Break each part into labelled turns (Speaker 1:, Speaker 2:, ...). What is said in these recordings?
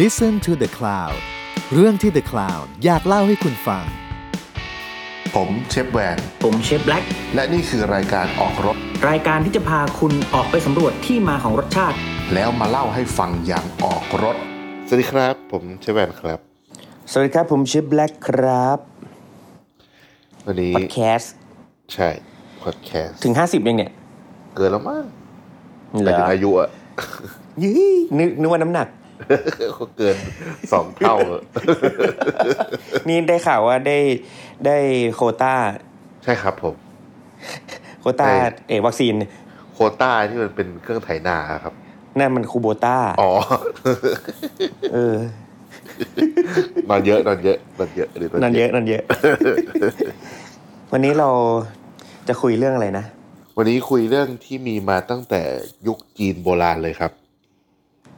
Speaker 1: Listen to the Cloud เรื่องที่ The Cloud อยากเล่าให้คุณฟัง
Speaker 2: ผมเชฟแวน
Speaker 3: ผมเชฟแบล็ก
Speaker 2: และนี่คือรายการออกรถ
Speaker 3: รายการที่จะพาคุณออกไปสำรวจที่มาของรสชาติ
Speaker 2: แล้วมาเล่าให้ฟังอย่างออกรถ
Speaker 4: สวัสดีครับ ผมเชฟแวนครับ
Speaker 3: สวัสดีครับ ผมเชฟแบล็กครับ
Speaker 4: วันนี้
Speaker 3: พอดแคสต์
Speaker 4: ใช่พอดแคสต์
Speaker 3: ถึง 50ยังเนี่ย
Speaker 4: เกินแล้วมั้ง
Speaker 3: เห
Speaker 4: ห
Speaker 3: ร
Speaker 4: มายถึ
Speaker 3: อง
Speaker 4: อายุอะ
Speaker 3: ยี่นึกนึกว่าน้ำหนัก
Speaker 4: เกินสองเท่าอะ
Speaker 3: นี่ได้ข่าวว่าได้ได้โควต้า
Speaker 4: ใช่ครับผม
Speaker 3: โควต้า
Speaker 4: ได้
Speaker 3: เออวัคซีน
Speaker 4: โควต้าที่มันเป็นเครื่องไถนาครับ
Speaker 3: นั่นมันคูโบต้า
Speaker 4: อ๋อ
Speaker 3: เออน
Speaker 4: อนเยอะนอนเยอะนอนเยอะหรือน
Speaker 3: นั่นเยอะนั่นเยอะ วันนี้เราจะคุยเรื่องอะไรนะ
Speaker 4: วันนี้คุยเรื่องที่มีมาตั้งแต่ยุคจีนโบราณเลยครับ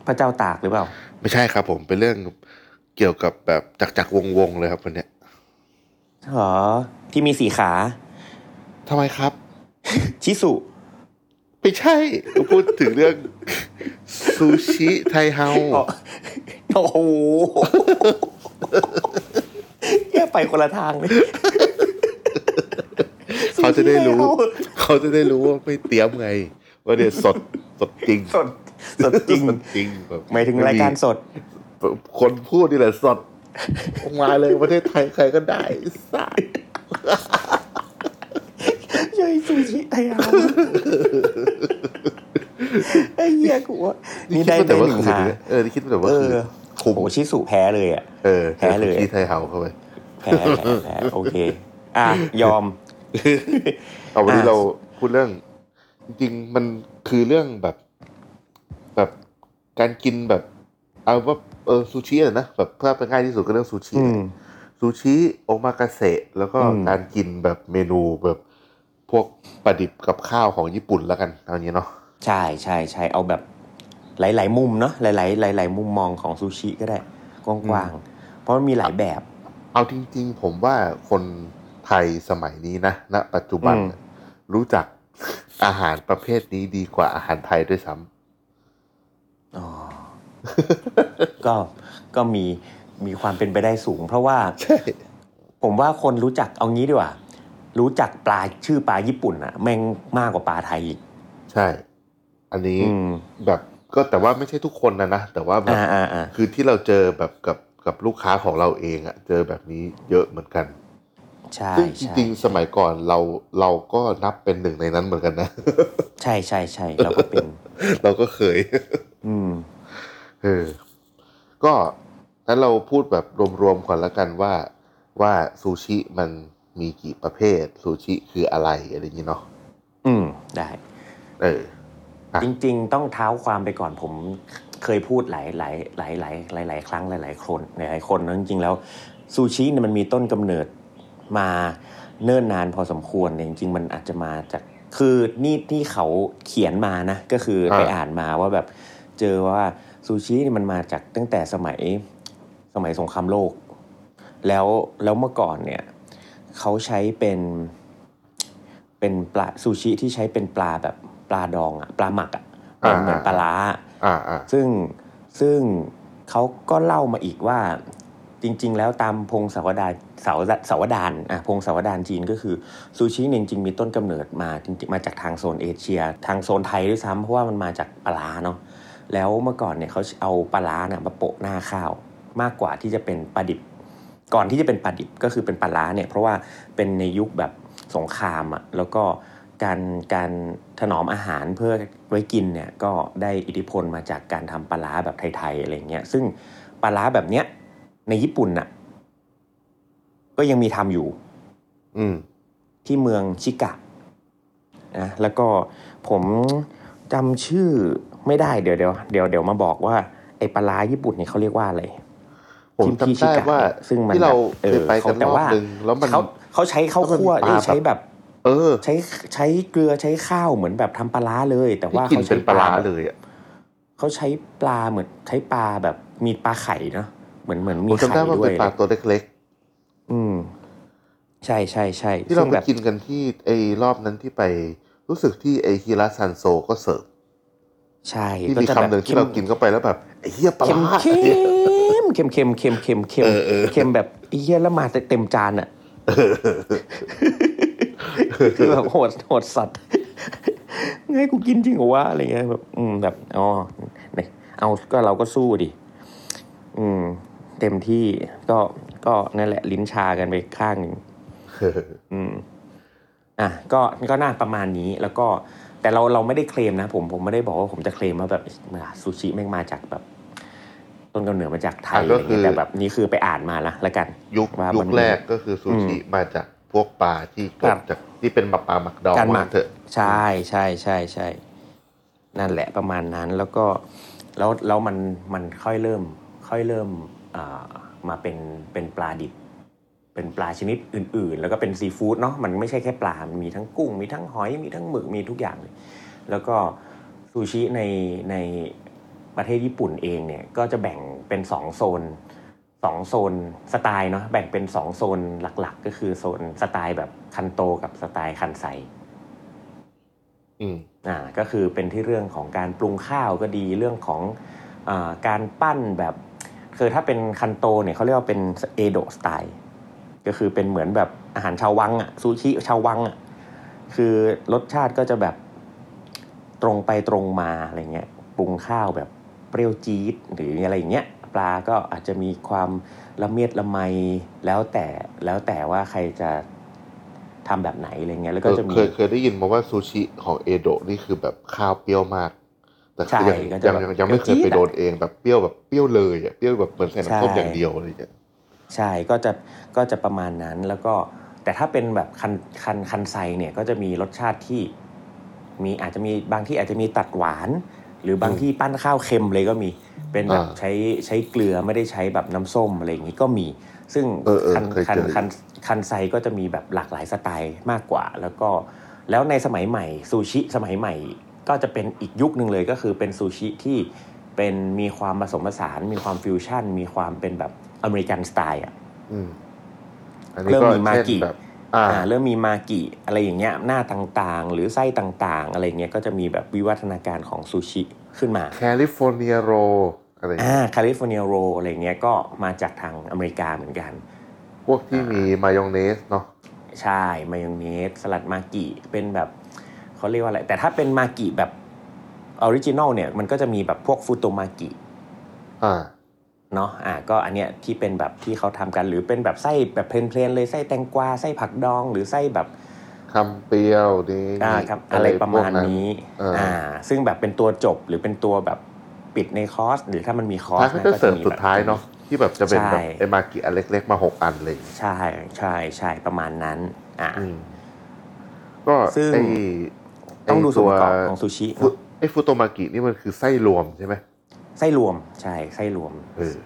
Speaker 3: พระเจ้าตากหรือเปล่า
Speaker 4: ไม่ใช่ครับ ผมเป็นเรื่องเกี่ยวกับแบบจักรจักรวงศ์วงศ์เลยครับวันเนี้ย
Speaker 3: อ๋อ ที่มีสีขา
Speaker 4: ทำไมครับ
Speaker 3: ชิสุ
Speaker 4: ไม่ใช่พูดถึงเรื่องซูชิไทเฮา
Speaker 3: โอ้โหแย่ไปคนละทางเลย
Speaker 4: เขาจะได้รู้
Speaker 3: เชี่ยว
Speaker 4: เขาจะได้รู้ว่าไม่เตรียมไง ว่าเนี่ยสดสดจริง
Speaker 3: สดสดจริง
Speaker 4: สดจริงแบบ
Speaker 3: หมายถึงรายการสด
Speaker 4: คนพูดนี่แหละสดออกมาเลยประเทศไทยใครก็ได้สาย
Speaker 3: เย้ยซูชิไอ้ยา ไอ้เหี้ยกูว่านี่ได้
Speaker 4: คิ
Speaker 3: ได้
Speaker 4: ว่า
Speaker 3: หนึ่ง
Speaker 4: คืน
Speaker 3: ขา
Speaker 4: นี้เออนี่คิดว่าแต่ว่า
Speaker 3: เออ
Speaker 4: คืน
Speaker 3: โอ้โหชิสุแพ้เลยอ่ะ
Speaker 4: เออ
Speaker 3: แพ้เลย
Speaker 4: ที่ไทยเฮาเข้าไป
Speaker 3: แพ้แพ้แพ้โอเค อ่ะ ย อม
Speaker 4: เอาวันนี้
Speaker 3: อ่ะ
Speaker 4: เราพูดเรื่อง จริงๆมันคือเรื่องแบบ แบบการกินแบบ เอาว่าเออซูชิอะนะแบบเพื่อเป็นง่ายที่สุดก็เรื่องซูชิ
Speaker 3: อืม
Speaker 4: ซูชิโอมากาเสะแล้วก็
Speaker 3: อืม
Speaker 4: การกินแบบเมนูแบบพวกประดิบกับข้าวของญี่ปุ่นแล้วกันเอาอย่างนี้เนาะ
Speaker 3: ใช่ใช่ใช่เอาแบบหลาย ๆ มุมเนาะหลาย ๆ หลาย ๆ มุมมองของซูชิก็ได้ กว้างๆ เพราะมันมีหลายแบบ
Speaker 4: เอาจริงๆ ผมว่าคนไทยสมัยนี้นะณปัจจุบัน
Speaker 3: อืม
Speaker 4: รู้จัก อาหารประเภทนี้ดีกว่าอาหารไทยด้วยซ้
Speaker 3: อ๋อ ก็ก็มีมีความเป็นไปได้สูง เพราะว่า
Speaker 4: ำใช่
Speaker 3: ผมว่าคนรู้จักเอางี้ดีกว่า รู้จักปลาชื่อปลาญี่ปุ่นอะแม่งมากกว่าปลาไทยอีก
Speaker 4: ใช่ อันนี้
Speaker 3: อืม
Speaker 4: แบบก็แต่ว่าไม่ใช่ทุกคนนะนะ แต่ว่าแบบ
Speaker 3: อ่าอ่าอ่า
Speaker 4: คือที่เราเจอแบบกับกับลูกค้าของเราเองอะเจอแบบนี้เยอะเหมือนกัน
Speaker 3: ใช่
Speaker 4: ซึ่งจ
Speaker 3: ใช่
Speaker 4: ริงๆสมัยก่อนเราเราก็นับเป็นหนึ่งในนั้นเหมือนกันนะ
Speaker 3: ใช่ใช่ใช่เราก็เป็น
Speaker 4: เราก็เคย
Speaker 3: อืม
Speaker 4: เออ ก็นั้นเราพูดแบบรวมๆก่อนละกันว่า ว่าซูชิมันมีกี่ประเภท ซูชิคืออะไรอะไรอย่างนี้เนาะ
Speaker 3: อืมได้
Speaker 4: เออ อ่ะ
Speaker 3: จริง ๆ ต้องเท้าความไปก่อนผมเคยพูดหลายหลายหลายหลายหลายหลายครั้งหลายหลายคนหลายหลายคนนะจริงๆแล้วซูชิเนี่ยมันมีต้นกำเนิดมาเนิ่นนานพอสมควรเนี่ยจริง ๆ มันอาจจะมาจากคือนี่ที่เขาเขียนมานะก็คือไป
Speaker 4: อ่า
Speaker 3: อ่านมาว่าแบบเจอว่าซูชิเนี่ยมันมาจากตั้งแต่สมัยสมัยสงครามโลก แล้วแล้วเมื่อก่อนเนี่ยเขาใช้เป็น เป็นปลาซูชิที่ใช้เป็นปลาแบบปลาดองอะปลาหมักอะเหมือน
Speaker 4: อ่า
Speaker 3: เหมือนปลาล้า
Speaker 4: อ่าอ่า
Speaker 3: ซึ่งซึ่งเขาก็เล่ามาอีกว่าจริง ๆ แล้วตามพงศาวดารเสาเสาวดานอะพงศาวดารจีนก็คือซูชิเนี่ยจริงๆมีต้นกำเนิดมาจริงๆมาจากทางโซนเอเชีย ทางโซนไทยด้วยซ้ำเพราะว่ามันมาจากปลาร้าเนาะแล้วเมื่อก่อนเนี่ยเขาเอาปลาร้าเนี่ยมาโปะหน้าข้าว มากกว่าที่จะเป็นปลาดิบ ก่อนที่จะเป็นปลาดิบก็คือเป็นปลาร้าเนี่ยเพราะว่าเป็นในยุคแบบสงครามอะ่ะแล้วก็การการถนอมอาหารเพื่อไว้กินเนี่ยก็ได้อิทธิพลมาจากการทำปลาร้าแบบไทยๆอะไรเงี้ยซึ่งปลาร้าแบบเนี้ยในญี่ปุ่นน่ะก็ยังมีทำอยู่
Speaker 4: อืม
Speaker 3: ที่เมืองชิกะนะแล้วก็ผมจำชื่อไม่ได้เดี๋ยวเดี๋ยวเดี๋ยวเดี๋ยวมาบอกว่าไอ้ปลาร้าญี่ปุ่นเนี่ยเขาเรียกว่าอะไร
Speaker 4: ผมจำได้ว่า
Speaker 3: ซึ่งมัน
Speaker 4: ที่เรา
Speaker 3: อ
Speaker 4: เคย
Speaker 3: อ
Speaker 4: ไปกัน
Speaker 3: แต่
Speaker 4: รอบ
Speaker 3: ว่า
Speaker 4: หนึ่งแล้วมัน
Speaker 3: เขาเขาใช้ข้าวคั่ว
Speaker 4: แล้วมันปลา
Speaker 3: เอ้ยใช้แบบ
Speaker 4: เออ
Speaker 3: ใช้ใช้เกลือใช้ข้าวเหมือนแบบทำปลาร้าเลย แต่ว่า
Speaker 4: ที่กินเป็
Speaker 3: เขาใช้
Speaker 4: นปลาร้า
Speaker 3: แบบ
Speaker 4: เลยอ่ะ
Speaker 3: เขาใช้ปลาเหมือนใช้ปลาแบบมีปลาไข่เนอะเหมือนเหมือน
Speaker 4: ผ
Speaker 3: มี
Speaker 4: ม
Speaker 3: ไข่
Speaker 4: จำได้ว่า
Speaker 3: ด้ว
Speaker 4: เป็
Speaker 3: ย
Speaker 4: นปลาตัวเล็ก
Speaker 3: อืม ใช่ใช่ใช่
Speaker 4: ๆ ที่เรา
Speaker 3: ซึ่ง
Speaker 4: ไป
Speaker 3: แบบ
Speaker 4: กินกันที่ไอ้รอบนั้นที่ไปรู้สึกที่ไอฮิระซันโซก็เสิร์ฟ
Speaker 3: ใช่
Speaker 4: ที่มีคำหนึ่งที่เรากินเข้าไปแล้วแบบไอ้เหี้ยปลา
Speaker 3: เค็ม
Speaker 4: ร้า
Speaker 3: เค็มเค็มเค็มเค็มเค็มเค็ม
Speaker 4: เออเออ
Speaker 3: เค็มแบบไอ้เยี่ยแล้วมาเต็มจานอ่ะคือแบบโหดโหดสัตว์ไงกูกินจริงเหรอวะอะไรเงี้ยแบบ อืมแบบอ๋อเนี่ยเอาก็เราก็สู้ดิอืม เต็มที่ก็ก็นั่นแหละลิ้นชากันไปข้างหนึ่ง
Speaker 4: เออ
Speaker 3: อืมอ่ะก็ก็น่าประมาณนี้แล้วก็แต่เราเราไม่ได้เคลมนะผมผมไม่ได้บอกว่าผมจะเคลมว่าแบบซูชิแม่งมาจากแบบ ต้นกำเนิดมาจากไทยอะไรเงี้ยแต่แบบนี้คือไปอ่านมาละละกัน
Speaker 4: ยุค
Speaker 3: ว่ามัน
Speaker 4: ยุคแรกก็คือซูชิมาจากพวกปลาที่เกิ
Speaker 3: ครั
Speaker 4: ด
Speaker 3: บ
Speaker 4: จากที่เป็นปลาหมักดอง
Speaker 3: การหมัก
Speaker 4: ว่เถอะ
Speaker 3: ใช่ใช่ใช่ใช่นั่นแหละประมาณนั้นแล้วก็แล้วแล้วมันมันค่อยเริ่ม ค่อยเริ่มอ่ามาเป็นเป็นปลาดิบ เป็นปลาชนิดอื่น ๆ แล้วก็เป็นซีฟู้ดเนาะมันไม่ใช่แค่ปลา มันมีทั้งกุ้ง มีทั้งหอยมีทั้งหมึกมีทุกอย่างเลย แล้วก็ซูชิในในประเทศญี่ปุ่นเองเนี่ยก็จะแบ่งเป็นสองโซนสองโซนสไตล์เนาะแบ่งเป็นสองโซนหลักๆ ก็คือโซนสไตล์แบบคันโตกับสไตล์คันไซ
Speaker 4: อืม
Speaker 3: อ่าก็คือเป็นที่เรื่องของการปรุงข้าวก็ดีเรื่องของอาการปั้นแบบคือถ้าเป็นคันโตเนี่ยเขาเรียกว่าเป็นเอโดสไตล์ก็คือเป็นเหมือนแบบอาหารชาววังอะซูชิชาววังอะคือรสชาติก็จะแบบตรงไปตรงมาอะไรเงี้ยปรุงข้าวแบบเปรี้ยวจี๊ดหรืออะไรอย่างเงี้ยปลาก็อาจจะมีความละเมียดละไมแล้วแต่แล้วแต่ว่าใครจะทำแบบไหนอะไรเงี้ยแล้วก็จะมี
Speaker 4: เคยเคยได้ยินมาว่าซูชิของเอโดะนี่คือแบบข้าวเปรี้ยวมาก แต่คือยังยั
Speaker 3: ใช่ก็จะ
Speaker 4: ง
Speaker 3: แบบ
Speaker 4: ยังยังไม่เคย
Speaker 3: จี๊
Speaker 4: ไป
Speaker 3: ดอะ
Speaker 4: โดนเองแบบเปรี้ยวแบบเปรี้ยวเลยอ่ะเปรี้ยวแบบเหมือนใส่น้ำส้ม
Speaker 3: ใช่
Speaker 4: อย่างเดียวอะไรอย่างเงี้ย
Speaker 3: ใช่ก็จะก็จะประมาณนั้นแล้วก็แต่ถ้าเป็นแบบคันคันคันไซเนี่ยก็จะมีรสชาติที่มีอาจจะมีบางที่อาจจะมีตัดหวาน หรือบางที่ปั้นข้าวเค็มเลยก็มีเป็นแบบใช้ใช้เกลือไม่ได้ใช้แบบน้ำส้มอะไรอย่างนี้ก็มี ซึ่ง
Speaker 4: เออเออ
Speaker 3: คัน
Speaker 4: เคย
Speaker 3: คัน
Speaker 4: เจอ
Speaker 3: คันคันไซก็จะมีแบบหลากหลายสไตล์มากกว่า แล้วก็แล้วในสมัยใหม่ซูชิสมัยใหม่ ก็จะเป็นอีกยุคหนึ่งเลยก็คือเป็นซูชิที่เป็นมีความผสมผสาน มีความฟิวชั่น มีความเป็นแบบอเมริกันสไตล์อะ
Speaker 4: อืมอันนี้
Speaker 3: เริ่ม
Speaker 4: ก็
Speaker 3: มีมา
Speaker 4: เช่น
Speaker 3: กิ
Speaker 4: แบบ อ่า
Speaker 3: อ่าเริ่มมีมากิอะไรอย่างเงี้ยหน้าต่างๆ หรือไส้ต่างๆ อะไรเงี้ยก็จะมีแบบวิวัฒนาการของซูชิขึ้นมา
Speaker 4: แคลิฟอร์เนียโรอะไรอย่าง
Speaker 3: อ่า
Speaker 4: เงี้ย
Speaker 3: แคลิฟอร์เนียโรอะไรเงี้ยก็มาจากทางอเมริกาเหมือนกัน
Speaker 4: พวกที่มีมายองเนสเนาะ
Speaker 3: ใช่มายองเนสสลัดมากิเป็นแบบเขาเรียกว่าอะไร แต่ถ้าเป็นมากิแบบออริจินอลเนี่ยมันก็จะมีแบบพวกฟูโตมากิ
Speaker 4: อ่า
Speaker 3: เนาะ อ่ะก็อันเนี้ยที่เป็นแบบที่เขาทำกัน หรือเป็นแบบไส้แบบเพลนๆเลยไส้แตงกวาไส้ผักดองหรือไส้แบบ
Speaker 4: คำเปรี้ยวนี่
Speaker 3: อ่าครับอะไรประมาณนี้
Speaker 4: พวกนั้นเอออ
Speaker 3: อ่า ซึ่งแบบเป็นตัวจบหรือเป็นตัวแบบปิดในคอร์ส หรือถ้ามันมีคอร์
Speaker 4: ท้าย
Speaker 3: ส
Speaker 4: เขา
Speaker 3: นะ
Speaker 4: จะ
Speaker 3: ก็
Speaker 4: เสิร์ฟ
Speaker 3: มี
Speaker 4: สุด
Speaker 3: แบบ
Speaker 4: ท้ายเนาะที่แบบจะเป็นแบบ
Speaker 3: ใช่
Speaker 4: ไอมากิอันเล็ก ๆ มาหกอันเลย
Speaker 3: ใช่ใช่ใช่ประมาณนั้น อ่า
Speaker 4: อืมก็
Speaker 3: ซึ่ง
Speaker 4: ไอ้
Speaker 3: ต้องดูส่วนประกอบ
Speaker 4: ไ
Speaker 3: ของซูชิ
Speaker 4: ฟุ
Speaker 3: เนาะ
Speaker 4: ไอ้ฟูโตมากินี่มันคือไส้รวมใช่ไหม
Speaker 3: ไส้รวมใช่ไส้รวม
Speaker 4: เออ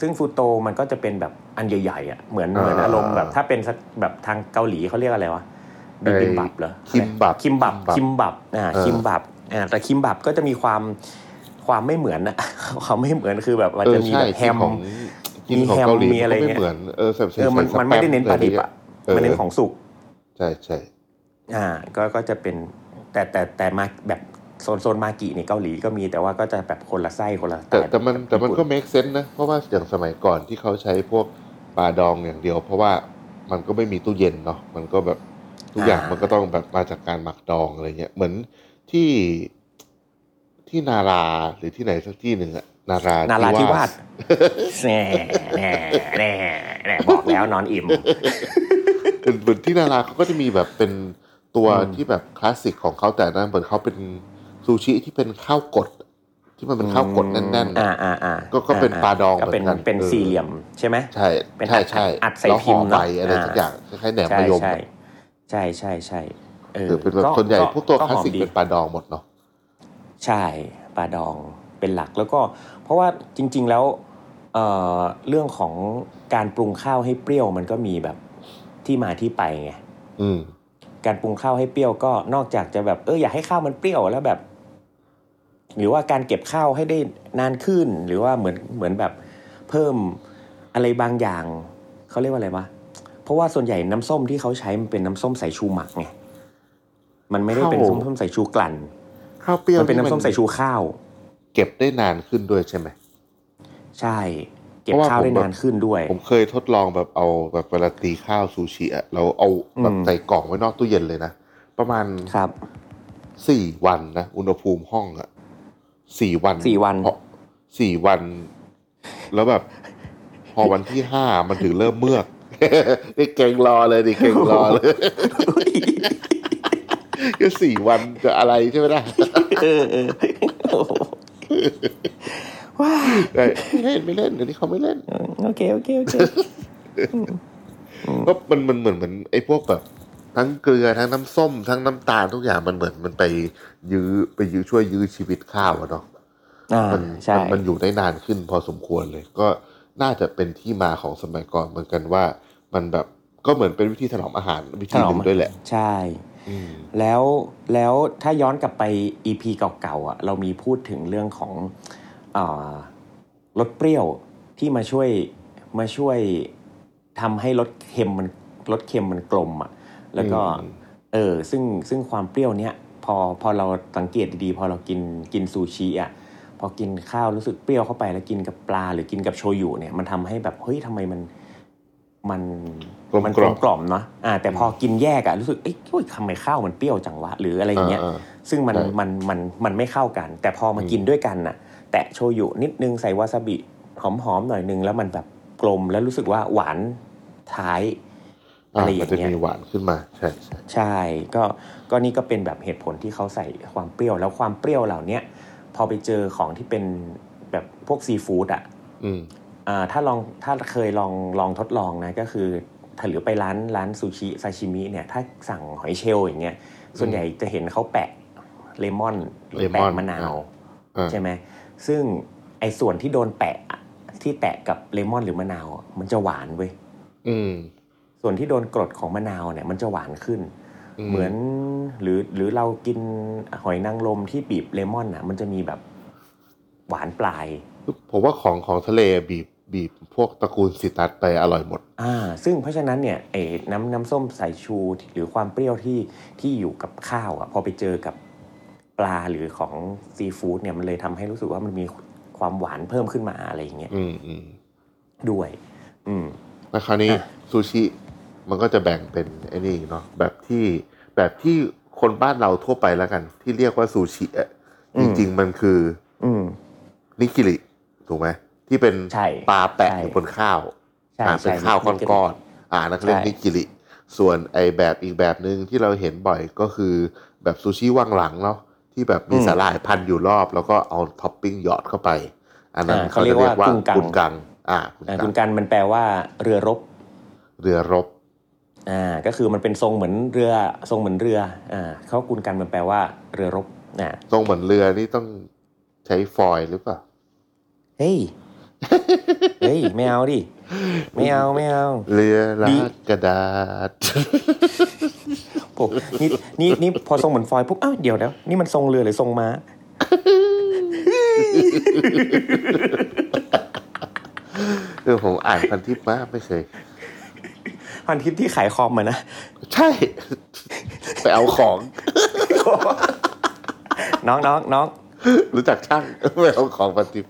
Speaker 3: ซึ่งฟูโตมันก็จะเป็นแบบอันใหญ่ๆอ่ะเหมือน
Speaker 4: อ่า
Speaker 3: เหมือนอารมณ์แบบถ้าเป็นสักแบบทางเกาหลีเขาเรียกอะไรวะบิบิมบับเหรอ
Speaker 4: คิมบับ
Speaker 3: คิมบับคิมบับอ่า
Speaker 4: เออ
Speaker 3: คิมบับอ่าแต่คิมบับก็จะมีความความไม่เหมือนอะ ความไม่เหมือนคือแบบมันจะ
Speaker 4: เออ
Speaker 3: มี
Speaker 4: ใช่
Speaker 3: แบบแฮม
Speaker 4: กินของกิน
Speaker 3: มี
Speaker 4: ของ
Speaker 3: แฮม
Speaker 4: เกาหลี
Speaker 3: มีอะไร
Speaker 4: มันก็ไม่
Speaker 3: เงี้ย
Speaker 4: เหมือนเออใส่ใส่
Speaker 3: เออมัน
Speaker 4: ใส่
Speaker 3: มันไม่ได้เน้นปลาดิบอ่ะ
Speaker 4: ใส่
Speaker 3: มันเน้นของสุก
Speaker 4: ใช่ใช่
Speaker 3: อ่า ก็ก็จะเป็นแต่แต่แต่มาแบบโซนโซนมากิเนี่ยเกาหลีก็มีแต่ว่าก็จะแบบคนละไส้คนละสไต
Speaker 4: แต่
Speaker 3: ล์
Speaker 4: แต่มันแต่มันก็
Speaker 3: ญี่ปุ่
Speaker 4: make sense นะ เพราะว่าอย่างสมัยก่อนที่เขาใช้พวกปลาดองอย่างเดียว เพราะว่ามันก็ไม่มีตู้เย็นเนาะมันก็แบบทุกอย่าง
Speaker 3: อ่ามั
Speaker 4: มันก็ต้องแบบมาจากการหมักดองอะไรเงี้ยเหมือนที่ที่นาราหรือที่ไหนสักที่หนึ่งอะนารา
Speaker 3: นาราธิวาสแน่แน่แน่แน่บอกแล้วนอนอิ่ม
Speaker 4: เหมือนเหมือนที่นาราเขาก็จะมีแบบเป็นตัว
Speaker 3: อืม
Speaker 4: ที่แบบคลาสสิกของเขาแต่นั้นเหมือนเขาเป็นซูชิที่เป็นข้าวกด ที่มันเป็นข้าวกดแน่นๆ
Speaker 3: อ่า
Speaker 4: นะ
Speaker 3: อ่าอ่า
Speaker 4: ก็ก็เป็นปลาดอง
Speaker 3: ก็เป็น
Speaker 4: เหมือนกัน
Speaker 3: เป็น
Speaker 4: เออ
Speaker 3: สี่เหลี่ยมใช่ไหม
Speaker 4: ใช่
Speaker 3: เป็น
Speaker 4: ใช่ใช่
Speaker 3: อัดใส่
Speaker 4: แล้ว
Speaker 3: พิ
Speaker 4: ห่อ
Speaker 3: มพ์เนอะ
Speaker 4: ใบอะไร
Speaker 3: อ่า
Speaker 4: ทุกอย่างคล้ายๆแหนม
Speaker 3: ใช่
Speaker 4: มะยม
Speaker 3: ใช่ใช่ใช่ใช่เออ
Speaker 4: เออเป็นแบบส่วนใหญ่พวกตัวคลาสสิก
Speaker 3: หอมดี
Speaker 4: เป็นปลาดองหมดเนาะ
Speaker 3: ใช่ปลาดองเป็นหลักแล้วก็ เพราะว่าจริง ๆ แล้วเอ่อเรื่องของการปรุงข้าวให้เปรี้ยวมันก็มีแบบที่มาที่ไปไง
Speaker 4: อืม
Speaker 3: การปรุงข้าวให้เปรี้ยวก็นอกจากจะแบบเอออยากให้ข้าวมันเปรี้ยวแล้วแบบ หรือว่าการเก็บข้าวให้ได้นานขึ้น หรือว่าเหมือนเหมือนแบบเพิ่มอะไรบางอย่างเขาเรียกว่าอะไรวะเพราะว่าส่วนใหญ่น้ำส้มที่เขาใช้มันเป็นน้ำส้มสายชูหมักไงมันไม่ได้เป็น
Speaker 4: ข้าว
Speaker 3: น้ำส้มสายชูกลั่น
Speaker 4: ข้าวเปรี้ยว
Speaker 3: มันเป็นน้ำส้มสายชูข้าว
Speaker 4: เก็บได้นานขึ้นด้วยใช่ไหม
Speaker 3: ใช่ เก็บ
Speaker 4: เพราะว่า
Speaker 3: ข้าวได้
Speaker 4: ผมแบบ
Speaker 3: นานขึ้นด้วย
Speaker 4: ผมเคยทดลองแบบเอาแบบเวลาตีข้าวซูชิอะเราเอาแบบ
Speaker 3: อืม
Speaker 4: ใส่กล่องไว้นอกตู้เย็นเลยนะ ประมาณ
Speaker 3: ครับ
Speaker 4: สี่วันนะ อุณหภูมิห้องอะสี่วัน
Speaker 3: สี่วัน
Speaker 4: เพราะสี่วัน แล้วแบบ พอวันที่ห้ามันถึงเริ่มเมือก นี่เก่งรอเลยดิเก่งรอ เลย ก็สี่วันจะอะไรใช่ไหมล่ะ
Speaker 3: เออเออโอ้โหว้าย
Speaker 4: เอ้ยไม่เล่นไม่เล่นเดี๋ยวนี้เขาไม่เล่น
Speaker 3: โอเคโอเคโอเค
Speaker 4: เพราะมันมันเหมือนเหมือนไอ้พวกแบบ ทั้งเกลือทั้งน้ำส้ม ทั้งน้ำตาลทุกอย่างมันเหมือนมันไปยื้อไปยื้อช่วยยื้อชีวิตข้าวอะเนาะ
Speaker 3: อ่า
Speaker 4: มัน
Speaker 3: ใช่
Speaker 4: มันมันอยู่ได้นานขึ้นพอสมควรเลย ก็น่าจะเป็นที่มาของสมัยก่อนเหมือนกันว่า มันแบบก็เหมือนเป็นวิธีถนอมอาหารวิธีหนึ่งด้วยแหละ
Speaker 3: ใช่
Speaker 4: อืม
Speaker 3: แล้วแล้วถ้าย้อนกลับไป EP เก่าๆอ่ะเรามีพูดถึงเรื่องของเอ่อรสเปรี้ยวที่มาช่วยมาช่วยทำให้รสเค็มมันรสเค็มมันกลมอ่ะแล้วก็
Speaker 4: อืม
Speaker 3: เออซึ่งซึ่งความเปรี้ยวเนี้ยพอพอเราสังเกตดีๆ พอเรากินกินซูชิอ่ะพอกินข้าวรู้สึกเปรี้ยวเข้าไปแล้วกินกับปลาหรือกินกับโชยุเนี่ยมันทำให้แบบเฮ้ยทำไมมันมัน
Speaker 4: กลมก
Speaker 3: นก
Speaker 4: ล่
Speaker 3: ล
Speaker 4: อม
Speaker 3: ม กล่อมเนาะอ่าแต่พอกินแยกอะรู้สึกเอ้ยโอ้ยทำไมข้าวมันเปรี้ยวจังวะ หรืออะไรอย่างเงี้ย
Speaker 4: อ่า
Speaker 3: ซึ่งมัน
Speaker 4: ใช่
Speaker 3: มันมันมันไม่เข้ากัน แต่พอมากินด้วยกันน่ะ แตะโชยุนิดนึงใส่วาซาบิหอมหอมๆหน่อยนึง แล้วมันแบบกลมแล้วรู้สึกว่าหวานท้าย
Speaker 4: อ่า
Speaker 3: อะไรอ
Speaker 4: มัน
Speaker 3: ย่าง
Speaker 4: จะ
Speaker 3: เงี้ย
Speaker 4: มีหวานขึ้นมาใช่ใช่
Speaker 3: ใช่ก็ก็นี่ก็เป็นแบบเหตุผลที่เขาใส่ความเปรี้ยวแล้วความเปรี้ยวเหล่าเนี้ยพอไปเจอของที่เป็นแบบพวกซีฟู้ดอะ
Speaker 4: อืม
Speaker 3: อ่าถ้าลองถ้าเคยลองลองทดลองนะก็คือถ้าหรือไปร้านร้านซูชิซาชิมิเนี่ยถ้าสั่งหอยเชลล์อย่างเงี้ยส่วนใหญ่จะเห็นเขาแปะเลมอนหรือ
Speaker 4: เล
Speaker 3: แปะ
Speaker 4: มอน
Speaker 3: มะนาว
Speaker 4: อ่า
Speaker 3: ใช่ไหมซึ่งไอ้ส่วนที่โดนแปะอะที่แปะกับเลมอนหรือมะนาวอะมันจะหวานเว้ย
Speaker 4: อืม
Speaker 3: ส่วนที่โดนกรดของมะนาวเนี่ยมันจะหวานขึ้น เหมือน
Speaker 4: ม
Speaker 3: หรือหรือเรากินหอยนางรมที่บีบเลมอนอ่ะมันจะมีแบบหวานปลาย
Speaker 4: ผมว่าของของทะเลบีบบีบพวกตระกูลสิตัสไปอร่อยหมด
Speaker 3: อ่าซึ่งเพราะฉะนั้นเนี่ยไอ้น้ำน้ำส้มสายชูหรือความเปรี้ยวที่ที่อยู่กับข้าวอะ่ะพอไปเจอกับปลาหรือของซีฟู้ดเนี่ยมันเลยทำให้รู้สึกว่ามันมีความหวานเพิ่มขึ้นมาอะไรอย่างเงี้ย
Speaker 4: อืมอืม
Speaker 3: ด้วย อืม
Speaker 4: แล้วคราวนี้
Speaker 3: อ่ะ
Speaker 4: ซูชิมันก็จะแบ่งเป็นไอ้นี่เนาะแบบที่แบบที่คนบ้านเราทั่วไปแล้วกัน ที่เรียกว่าซูชิอะจริงๆมันคือ
Speaker 3: อืม
Speaker 4: นิกิริถูกไหมที่เป็น
Speaker 3: ใช่
Speaker 4: ปลาแปะ
Speaker 3: ใช่
Speaker 4: อยู่บนข้าว
Speaker 3: ใช่
Speaker 4: อ่าเป็น
Speaker 3: ใช่
Speaker 4: ข้าวก้อนๆอ่านั่นเขาเรียก
Speaker 3: ใช่
Speaker 4: นิกิริส่วนไอแบบอีกแบบหนึ่งที่เราเห็นบ่อยก็คือแบบซูชิว่างหลังเนาะที่แบบมีสาหร่ายพันอยู่รอบ แล้วก็เอาท็อปปิ้งหยอดเข้าไปอันนั้น
Speaker 3: อ่า
Speaker 4: เขาจะเรียกว่า
Speaker 3: เขาเรียกว่ากุ
Speaker 4: กุน
Speaker 3: นกั
Speaker 4: กัง
Speaker 3: ง
Speaker 4: อ่ากุน
Speaker 3: อ่า
Speaker 4: กั
Speaker 3: คุ
Speaker 4: ง
Speaker 3: ณกันมันแปลว่าเรือรบ
Speaker 4: เรือรบ
Speaker 3: อ่าก็คือมันเป็นทรงเหมือนเรือทรงเหมือนเรืออ่าเขากุณกันมันแปลว่าเรือรบอ่า
Speaker 4: ทรงเหมือนเรือนี่ต้องใช้ฟอยล์หรือเปล่า
Speaker 3: เฮ้ย เฮ้ยไม่เอาดิไม่เอาไม่เอา
Speaker 4: เรือลา
Speaker 3: ดี
Speaker 4: กกระดาษ
Speaker 3: ผมนี่นี่นี่พอทรงเหมือนฟอยล์ปุ๊บอ้าวเดี๋ยวแล้วนี่มันทรงเรือหรือทรงม้า
Speaker 4: คือผมอ่านพันทิปมากไม่เคย
Speaker 3: พันทิปที่ขายคอมมานะ
Speaker 4: ใช่ ไปเอาของ
Speaker 3: น้องน้องน้อง
Speaker 4: รู้จักช่าง ไปเอาของพันทิป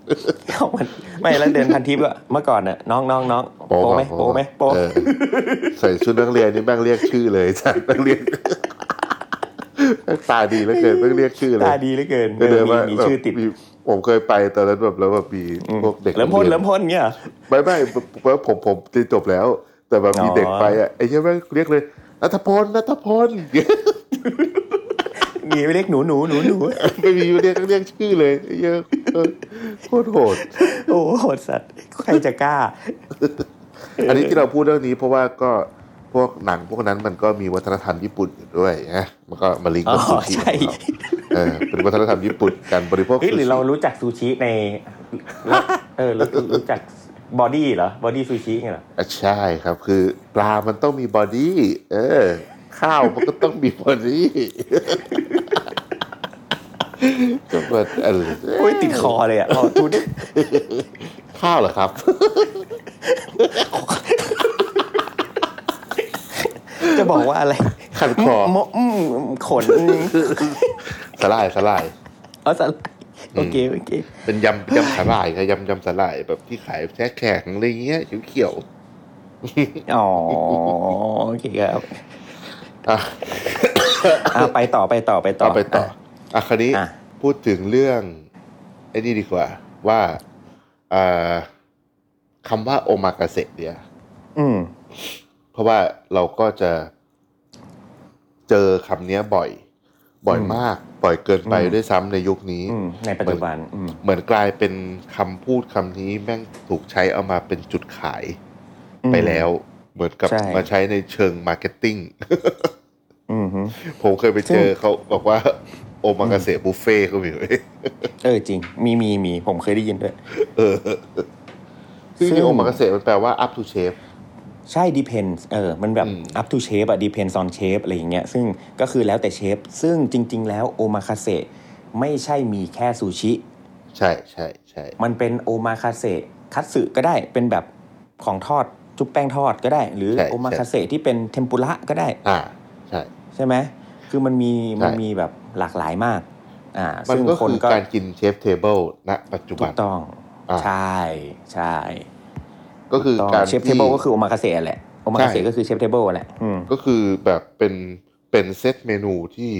Speaker 3: เอามันไม่แล้วเดินพันทิปอะเมื่อก่อนอะน้องน้องน้องโป
Speaker 4: ก่อน
Speaker 3: ไหมโปไหมโป
Speaker 4: เออใส่ชุดนักเรียนนี่แม่งเรียกชื่อเลยจากนักเรียนแม่งตาดีแล้วเกินแม่งเรียกชื่อเลย
Speaker 3: ตาดีเหลือเกิน
Speaker 4: เออ
Speaker 3: เออมี
Speaker 4: ว่า
Speaker 3: มี
Speaker 4: แบบ
Speaker 3: ชื่อติด
Speaker 4: มีผมเคยไปตอนนั้นแบบแล้วแบบมีพวกเด็ก
Speaker 3: เริ่มพ่น
Speaker 4: โรงรีย
Speaker 3: เริ่มพ่นเงี้ย
Speaker 4: ไม่ไม่ผมผมผมเรียนจบแล้ว แต่แบบมี
Speaker 3: อ๋อ
Speaker 4: เด็กไปอ่ะไอ้เชี่ยแม่งเรียกเลยนัทพลนัทพล
Speaker 3: มีไปเรียกหนูหนูหนูหนู
Speaker 4: ไม่มีเรียกเรียกชื่อเลยไอ้เหี้ยเอะโคตรโหด
Speaker 3: โอ้โหโหดสัตว์ใครจะกล้า
Speaker 4: อันนี้ที่เราพูดเรื่องนี้เพราะว่าก็พวกหนังพวกนั้นมันก็มีวัฒนธรรมญี่ปุ่นอยู่ด้วยนะมันก็มาลิงก์กับ
Speaker 3: อ๋อ
Speaker 4: ซูชิ
Speaker 3: ใช่
Speaker 4: ของเราเออเป็นวัฒนธรรมญี่ปุ่นการบริโภค
Speaker 3: เฮ้ยหรือเรารู้จักซูชิในเออรู้รู้จักบอดี้เหรอบอดี้ซูชิไงเหรอ
Speaker 4: อ่ะใช่ครับ คือปลามันต้องมีบอดี้เออ ข้าวมันก็ต้องมีบอดี้ ก็เปิดอะไร
Speaker 3: โอ้ยติดคอเลยอ่ะพอพูด
Speaker 4: ข้าวเหรอครับ
Speaker 3: จะบอกว่าอะไร
Speaker 4: คันคอ
Speaker 3: มมขน
Speaker 4: สลายสลาย
Speaker 3: เอาสลายโอเคโอเค
Speaker 4: เป็นยำยำสาหร่ายครับยำยำสาหร่ายแบบที่ขายแช่แข็งอะไรเงี้ยเขียว
Speaker 3: อ๋อโอเคครับ
Speaker 4: ๆอ่ะ
Speaker 3: อ่ะไปต่อไปต่อไปต่
Speaker 4: ต่
Speaker 3: อ
Speaker 4: อาไปต่อ อ่ะคันนี้
Speaker 3: อ่ะ
Speaker 4: พูดถึงเรื่องไอ้นี่ดีกว่า ว่าเอ่อคำว่าโอมากาเสะเนี่ย
Speaker 3: อืม
Speaker 4: เพราะว่าเราก็จะเจอคำเนี้ยบ่อย บ่อยมาก บ่อยเกินไป
Speaker 3: อืม
Speaker 4: ด้วยซ้ำในยุคนี้
Speaker 3: อืมในปัจจุบันอืม
Speaker 4: เหมือนกลายเป็นคำพูดคำนี้แม่งถูกใช้เอามาเป็นจุดขาย
Speaker 3: อืม
Speaker 4: ไปแล้ว เหมือนกับ
Speaker 3: ใช่
Speaker 4: มาใช้ในเชิงมาร์เก็ตติ้ง
Speaker 3: อืมฮึ
Speaker 4: ผมเคยไป
Speaker 3: ซึ่ง
Speaker 4: เจอเขาบอกว่า โอมากาเสะบุฟเฟ่ต์ก็มีเว้ย
Speaker 3: เออจริง มีมีมีผมเคยได้ยินด้วย
Speaker 4: เออซึ่ง
Speaker 3: ซึ่
Speaker 4: จริ
Speaker 3: ง
Speaker 4: งๆโอมากาเสะมันแปลว่า up to shape
Speaker 3: ใช่ depends เออ มันแบบ
Speaker 4: อืม
Speaker 3: up to shape อะ depends on shape อะไรอย่างเงี้ย ซึ่งก็คือแล้วแต่เชฟ ซึ่งจริง ๆ แล้วโอมาคาเซไม่ใช่มีแค่ซูชิ
Speaker 4: ใช่ใช่ใช่
Speaker 3: มันเป็นโอมาคาเซคัตสึก็ได้ เป็นแบบของทอด จุ๊บแป้งทอดก็ได้ หรือโอมาคาเซที่เป็นเทมปุระก็ได้
Speaker 4: อ่า ใช่
Speaker 3: ใช่ไหม คือมันมี
Speaker 4: ใช่
Speaker 3: มันมีแบบหลากหลายมาก อ่า
Speaker 4: มัน
Speaker 3: ซึ่ง
Speaker 4: ก็
Speaker 3: คน
Speaker 4: คือ
Speaker 3: ก็
Speaker 4: การกินเชฟเทเบิลณปัจจุ
Speaker 3: ถู
Speaker 4: บัน
Speaker 3: กต้อง
Speaker 4: อ่า
Speaker 3: ใช่ ใช่
Speaker 4: ก็คือ
Speaker 3: ต้อง
Speaker 4: การ
Speaker 3: เชฟเทเบิลก็คือโอมาคาเซแหละ โอมาคาเซก็คือเชฟเทเบิลแหละ อืม
Speaker 4: ก็คือแบบเป็นเป็นเซตเมนูที่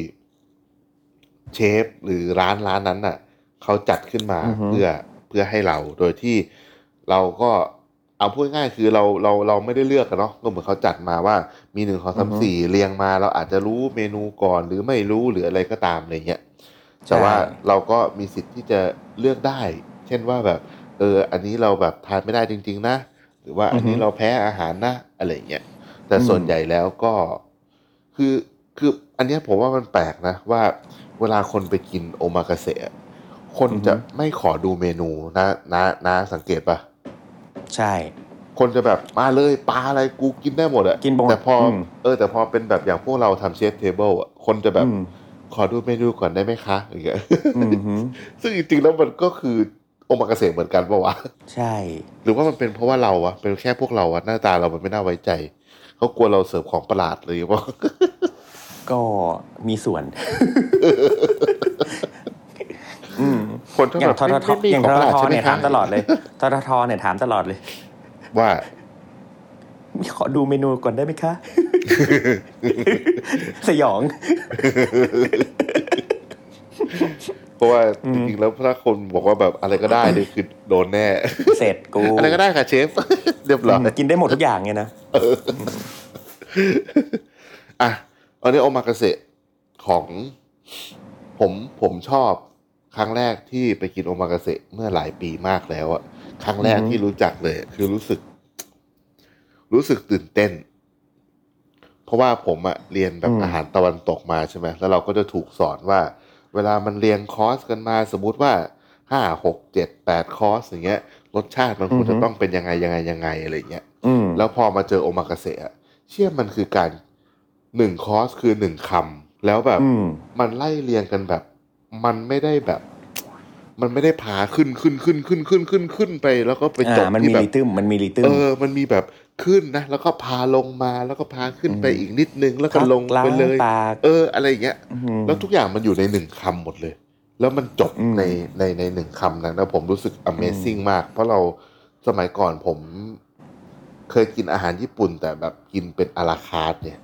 Speaker 4: เชฟหรือร้านร้านนั้นน่ะเขาจัดขึ้นมา
Speaker 3: อือฮึ
Speaker 4: เพื่อเพื่อให้เราโดยที่เราก็เอาพูดง่ายคือเราเราเราไม่ได้เลือกกันเนาะก็เหมือนเขาจัดมาว่ามีหนึ่งสองสามสี่เรียงมาเราอาจจะรู้เมนูก่อนหรือไม่รู้หรืออะไรก็ตามอะไรเงี้ย แต่ว่าเราก็มีสิทธิ์ที่จะเลือกได้ เช่นว่าแบบ เออ อันนี้เราแบบทานไม่ได้จริง ๆ นะ หรือว่าอันนี้
Speaker 3: อือฮึ
Speaker 4: เราแพ้อาหารนะ อะไรอย่างเงี้ย แต่
Speaker 3: อืม
Speaker 4: ส่วนใหญ่แล้วก็ คือ คือ อันเนี้ยผมว่ามันแปลกนะ ว่าเวลาคนไปกินโอมากาเสะอะคนจะไม่ขอดูเมนูนะนะนะสังเกตปะ
Speaker 3: ใช่
Speaker 4: คนจะแบบมาเลยปลาอะไรกูกินได้หมดอะ
Speaker 3: กินหมด
Speaker 4: แต่พออ
Speaker 3: ม
Speaker 4: เออ แต่พอเป็นแบบอย่างพวกเราทำเชฟเทเบิลอะคนจะแบบ
Speaker 3: อืม
Speaker 4: ขอดูเมนูก่อนได้ไหมคะอย่างเงี้ย
Speaker 3: อืมฮึ
Speaker 4: ซึ่งจริงๆแล้วมันก็คือโอมากาเสะเหมือนกันปะวะ
Speaker 3: ใช่
Speaker 4: หรือว่ามันเป็นเพราะว่าเราอะเป็นแค่พวกเราอะหน้าตาเรามันไม่น่าไว้ใจเขากลัวเราเสิร์ฟของประหลาดเลยว่า
Speaker 3: ก็มีส่วน อืม
Speaker 4: คนชอบ
Speaker 3: อย่าง
Speaker 4: แบบ
Speaker 3: ทอทอท
Speaker 4: ไม่ไม่มี
Speaker 3: อย่าง
Speaker 4: ข
Speaker 3: ท
Speaker 4: องป
Speaker 3: อ
Speaker 4: ระหลาด
Speaker 3: ทอ
Speaker 4: ใช่ไหม
Speaker 3: เนี่ย
Speaker 4: ครั
Speaker 3: ถา
Speaker 4: บ
Speaker 3: มตลอดเลยทอทอทอเนี่ยถามตลอดเลย
Speaker 4: ว่า
Speaker 3: ขอดูเมนูก่อนได้ไหม คะ สยอง
Speaker 4: เพราะว่าจริงๆแล้วถ้าคนบอกว่าแบบอะไรก็ได้เนี่ยคือโดนแน่
Speaker 3: เสร็จกู
Speaker 4: อะไรก็ได้ค่ะเชฟ เรียบร้อย
Speaker 3: อืมกินได้หมดทุกอย่างไงนะ
Speaker 4: อ่ะอันนี้โอมากาเสะของผมผมชอบครั้งแรกที่ไปกินโอมากาเสะเมื่อหลายปีมากแล้วอะครั้งแรก
Speaker 3: อือฮึ
Speaker 4: ที่รู้จักเลย คือรู้สึก รู้สึกตื่นเต้น เพราะว่าผมอะเรียนแบบ
Speaker 3: อืม
Speaker 4: อาหารตะวันตกมาใช่ไหมแล้วเราก็จะถูกสอนว่า เวลามันเรียงคอร์สกันมาสมมติว่าห้าหกเจ็ดแปดคอร์สอย่างเงี้ย รสชาติมันควรจะต้องเป็นยังไงยังไงยังไงอะไรอย่างเงี้ย
Speaker 3: อืม
Speaker 4: แล้วพอมาเจอโอมากาเสะอะเชื่อมันคือการหนึ่งคอร์สคือหนึ่งคำแล้วแบบ
Speaker 3: อืม
Speaker 4: มันไล่เรียงกันแบบ มันไม่ได้แบบ มันไม่ได้พาขึ้นขึ้นขึ้นขึ้นขึ้นขึ้นขึ้นไป แล้วก็ไป
Speaker 3: อ่า
Speaker 4: จบ
Speaker 3: มัน
Speaker 4: ที่
Speaker 3: มี
Speaker 4: แบ
Speaker 3: ริ
Speaker 4: บ
Speaker 3: ทึมมันมีริทึม
Speaker 4: เออ มันมีแบบขึ้นนะ แล้วก็พาลงมาแล้วก็พาขึ้นไปอีกนิดนึงแล้วก็ลงไปเลย
Speaker 3: ปาก
Speaker 4: เออ อะไรอย่างเงี้ย
Speaker 3: ม
Speaker 4: แล้วทุกอย่างมันอยู่ในหนึ่งคำหมดเลย แล้วมันจบ
Speaker 3: อืม
Speaker 4: ในในในหนึ่งคำนั้นนะผมรู้สึก Amazing มาก เพราะเราสมัยก่อนผมเคยกินอาหารญี่ปุ่น แต่แบบกินเป็นอาราคาร์ทเนี่ย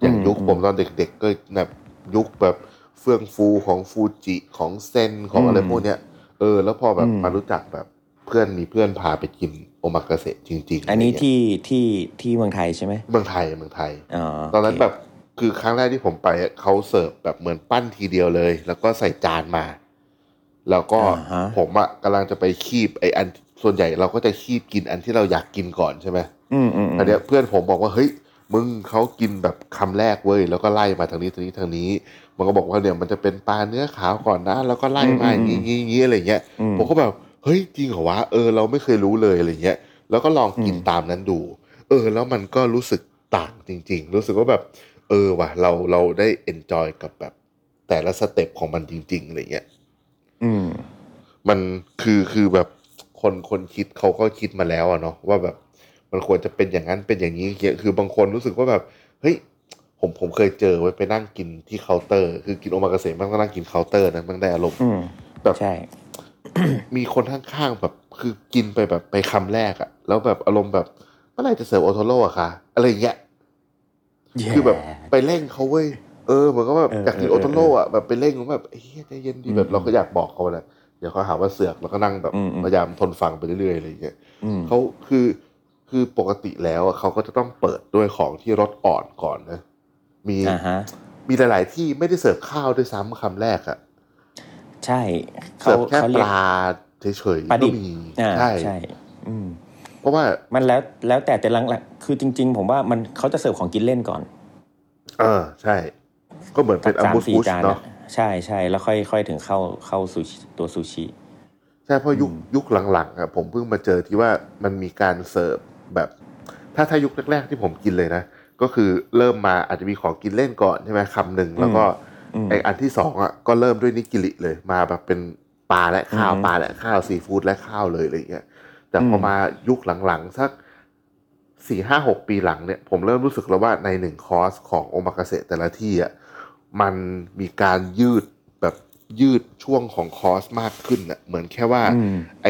Speaker 4: อย่าง
Speaker 3: อืม
Speaker 4: ยุคผม
Speaker 3: อืม
Speaker 4: ตอนเด็ก ๆ ก็แบบยุคแบบเฟื่องฟูของฟูจิของเซนของอะไร
Speaker 3: อืม
Speaker 4: พวกเนี้ย เออ แล้วพอแบบ
Speaker 3: อืม
Speaker 4: มารู้จักแบบเพื่อนมีเพื่อนพาไปกินโอมากาเสะจริงๆ
Speaker 3: อันนี้
Speaker 4: ะไรเงี้ย
Speaker 3: ที่ที่ที่เมืองไทยใช่ไหม
Speaker 4: เมืองไทยเมืองไทย
Speaker 3: อ๋อ
Speaker 4: ตอนนั้น
Speaker 3: โเค
Speaker 4: แบบคือครั้งแรกที่ผมไปอะเขาเสิร์ฟแบบเหมือนปั้นทีเดียวเลย แล้วก็ใส่จานมา แล้วก็
Speaker 3: อ่าฮะ
Speaker 4: ผมอะกำลังจะไปคีบไออันส่วนใหญ่เราก็จะคีบกินอันที่เราอยากกินก่อนใช่ไหม
Speaker 3: อืมอืมอืม
Speaker 4: อันเนี้ยเพื่อนผมบอกว่าเฮ้ยมึงเขากินแบบคำแรกเว้ยแล้วก็ไล่มาทางนี้ทางนี้ทางนี้ มันก็บอกว่าเนี่ยมันจะเป็นปลาเนื้อขาวก่อนนะ แล้วก็ไล่มาอย่างนี้อย่างนี้อะไรเงี้ย
Speaker 3: อืม
Speaker 4: ผมก็แบบเฮ้ยจริงเหรอวะเออเราไม่เคยรู้เลยอะไรเงี้ยแล้วก็ลองกิน
Speaker 3: อืม
Speaker 4: ตามนั้นดู เออ แล้วมันก็รู้สึกต่างจริง ๆ รู้สึกว่าแบบ เออว่ะเราเราได้เอนจอยกับแบบแต่ละสเต็ปของมันจริงๆอะไรเงี้ย
Speaker 3: อืม
Speaker 4: มันคือคือแบบคนคนคิดเขาก็คิดมาแล้วอะเนาะว่าแบบมันควรจะเป็นอย่างนั้นเป็นอย่างนี้เงี้ยคือบางคนรู้สึกว่าแบบเฮ้ย ผมผมเคยเจอไว้ไปนั่งกินที่เคาน์เตอร์ คือกินโอมากาเสะมันก็นั่งกินเคาน์เตอร์นะมันได้อารมณ์
Speaker 3: อืม
Speaker 4: แบบ
Speaker 3: ใช่
Speaker 4: มีคนข้างๆแบบคือกินไปแบบไปคำแรกอะแล้วแบบอารมณ์แบบเมื่อไหรจะเสิร์ฟโอโทโร่อะคะอะไรอย่างเงี้ย คือแบบไปเร่งเขาเว้ย เออเหมือนก็แบบ
Speaker 3: เออ
Speaker 4: อยากกิน
Speaker 3: เอ
Speaker 4: โอ
Speaker 3: อ
Speaker 4: โตโร่อะแบบไปเร่งผมแบบเฮ้ยใจเย็นดี
Speaker 3: อืม
Speaker 4: แบบเราก็อยากบอกเขาแหละเดี๋ยวเขาหาว่าเสือกแล้วก็นั่งแบบ
Speaker 3: อืมอืม
Speaker 4: พยายามทนฟังไปเรื่อยๆอะไรอย่างเงี้ย
Speaker 3: อืม
Speaker 4: เขาคือคือปกติแล้วอะเขาก็จะต้องเปิดด้วยของที่รสอ่อนก่อนนะมี
Speaker 3: อ่าฮะ
Speaker 4: มีหลาย ๆ ที่ไม่ได้เสิร์ฟข้าวด้วยซ้ำคำแรกอะ
Speaker 3: ใช่
Speaker 4: เสิร์ฟแค่ป
Speaker 3: เขาเรียก
Speaker 4: ลาเฉย
Speaker 3: ปลา
Speaker 4: ๆ
Speaker 3: ดิ
Speaker 4: ก็
Speaker 3: บ
Speaker 4: มี
Speaker 3: อ่า
Speaker 4: ใช่
Speaker 3: ใช่ อืม
Speaker 4: เพราะว่า
Speaker 3: มันแล้วแล้วแต่แต่หลังๆคือจริง ๆ ผมว่ามันเขาจะเสิร์ฟของกินเล่นก่อน
Speaker 4: เออใช่ ก็เหมือนเป็นอัม
Speaker 3: สาม
Speaker 4: บูส
Speaker 3: สี่
Speaker 4: บูช
Speaker 3: จาน
Speaker 4: เนาะ
Speaker 3: อะใช่ใช่แล้วค่อยค่อยถึงเข้าเข้าซูชิตัวซูชิ
Speaker 4: ใช่เพราะยุคยุคหลังๆอ่ะผมเพิ่งมาเจอที่ว่ามันมีการเสิร์ฟแบบ ถ้าถ้ายุคแรกๆที่ผมกินเลยนะ ก็คือเริ่มมาอาจจะมีของกินเล่นก่อนใช่ไหมคำหนึ่งแล้วก็
Speaker 3: อืม
Speaker 4: ไออันที่สองอ่ะก็เริ่มด้วยนิกิริเลยมาแบบเป็นปลาและข้าว
Speaker 3: อืม
Speaker 4: ปลาและข้าวซีฟู้ดและข้าวเลยอะไรอย่างเงี้ยแต่พออ
Speaker 3: ม
Speaker 4: มายุคหลังๆสักสี่ห้าหกปีหลังเนี่ยผมเริ่มรู้สึกแล้วว่าในหนึ่งคอร์สของโอมากาเสะแต่ละที่อ่ะมันมีการยืดแบบยืดช่วงของคอร์สมากขึ้นอ่ะเหมือนแค่ว่า
Speaker 3: อืม
Speaker 4: ไอ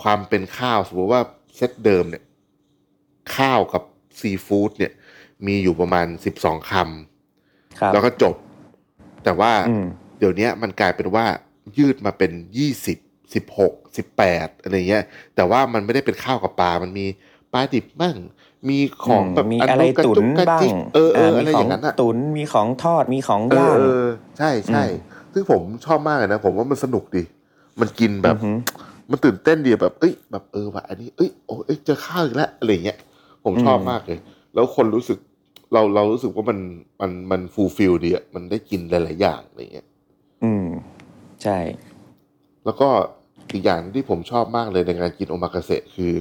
Speaker 4: ความเป็นข้าวสมมติว่าเซตเดิมเนี่ยข้าวกับซีฟู้ดเนี่ย มีอยู่ประมาณสิบสองค
Speaker 3: ครับ
Speaker 4: ำแล้วก็จบ แต่ว่า
Speaker 3: อืม
Speaker 4: เดี๋ยวเนี้ยมันกลายเป็นว่ายืดมาเป็นยี่สิบสิบหกสิบแปดอะไรเงี้ย แต่ว่ามันไม่ได้เป็นข้าวกับปลา มันมีปลาดิบบ้างมีของแบบ
Speaker 3: อืมี
Speaker 4: น
Speaker 3: อะไร
Speaker 4: กระ
Speaker 3: ตุ๋น
Speaker 4: จุกกระ
Speaker 3: บ้าง
Speaker 4: จิกเออเออ
Speaker 3: มี
Speaker 4: อะไร
Speaker 3: ข
Speaker 4: อย่างนั้นอะ
Speaker 3: ตุ๋นมีของทอดมีของ
Speaker 4: เอย่าง อเออใช่ใช่
Speaker 3: อืม
Speaker 4: ซึ่งผมชอบมากเลยนะ ผมว่ามันสนุกดี มันกินแบบ
Speaker 3: อือหือ
Speaker 4: มันตื่นเต้นดีแบบ เอ้ยแบบเออว่ะอันนี้เอ้ยโอ้เอ้ยเจอข้าวอีกแล้วอะไรเงี้ยผมชอบ
Speaker 3: อืม
Speaker 4: มากเลย แล้วคนรู้สึกเราเรารู้สึกว่ามันมันมันฟูลฟิลดีอะมันได้กินหลาย ๆ อย่างอะไรเงี้ย
Speaker 3: อืม ใช่
Speaker 4: แล้วก็อีกอย่างที่ผมชอบมากเลยในการกินโอมากาเสะคือ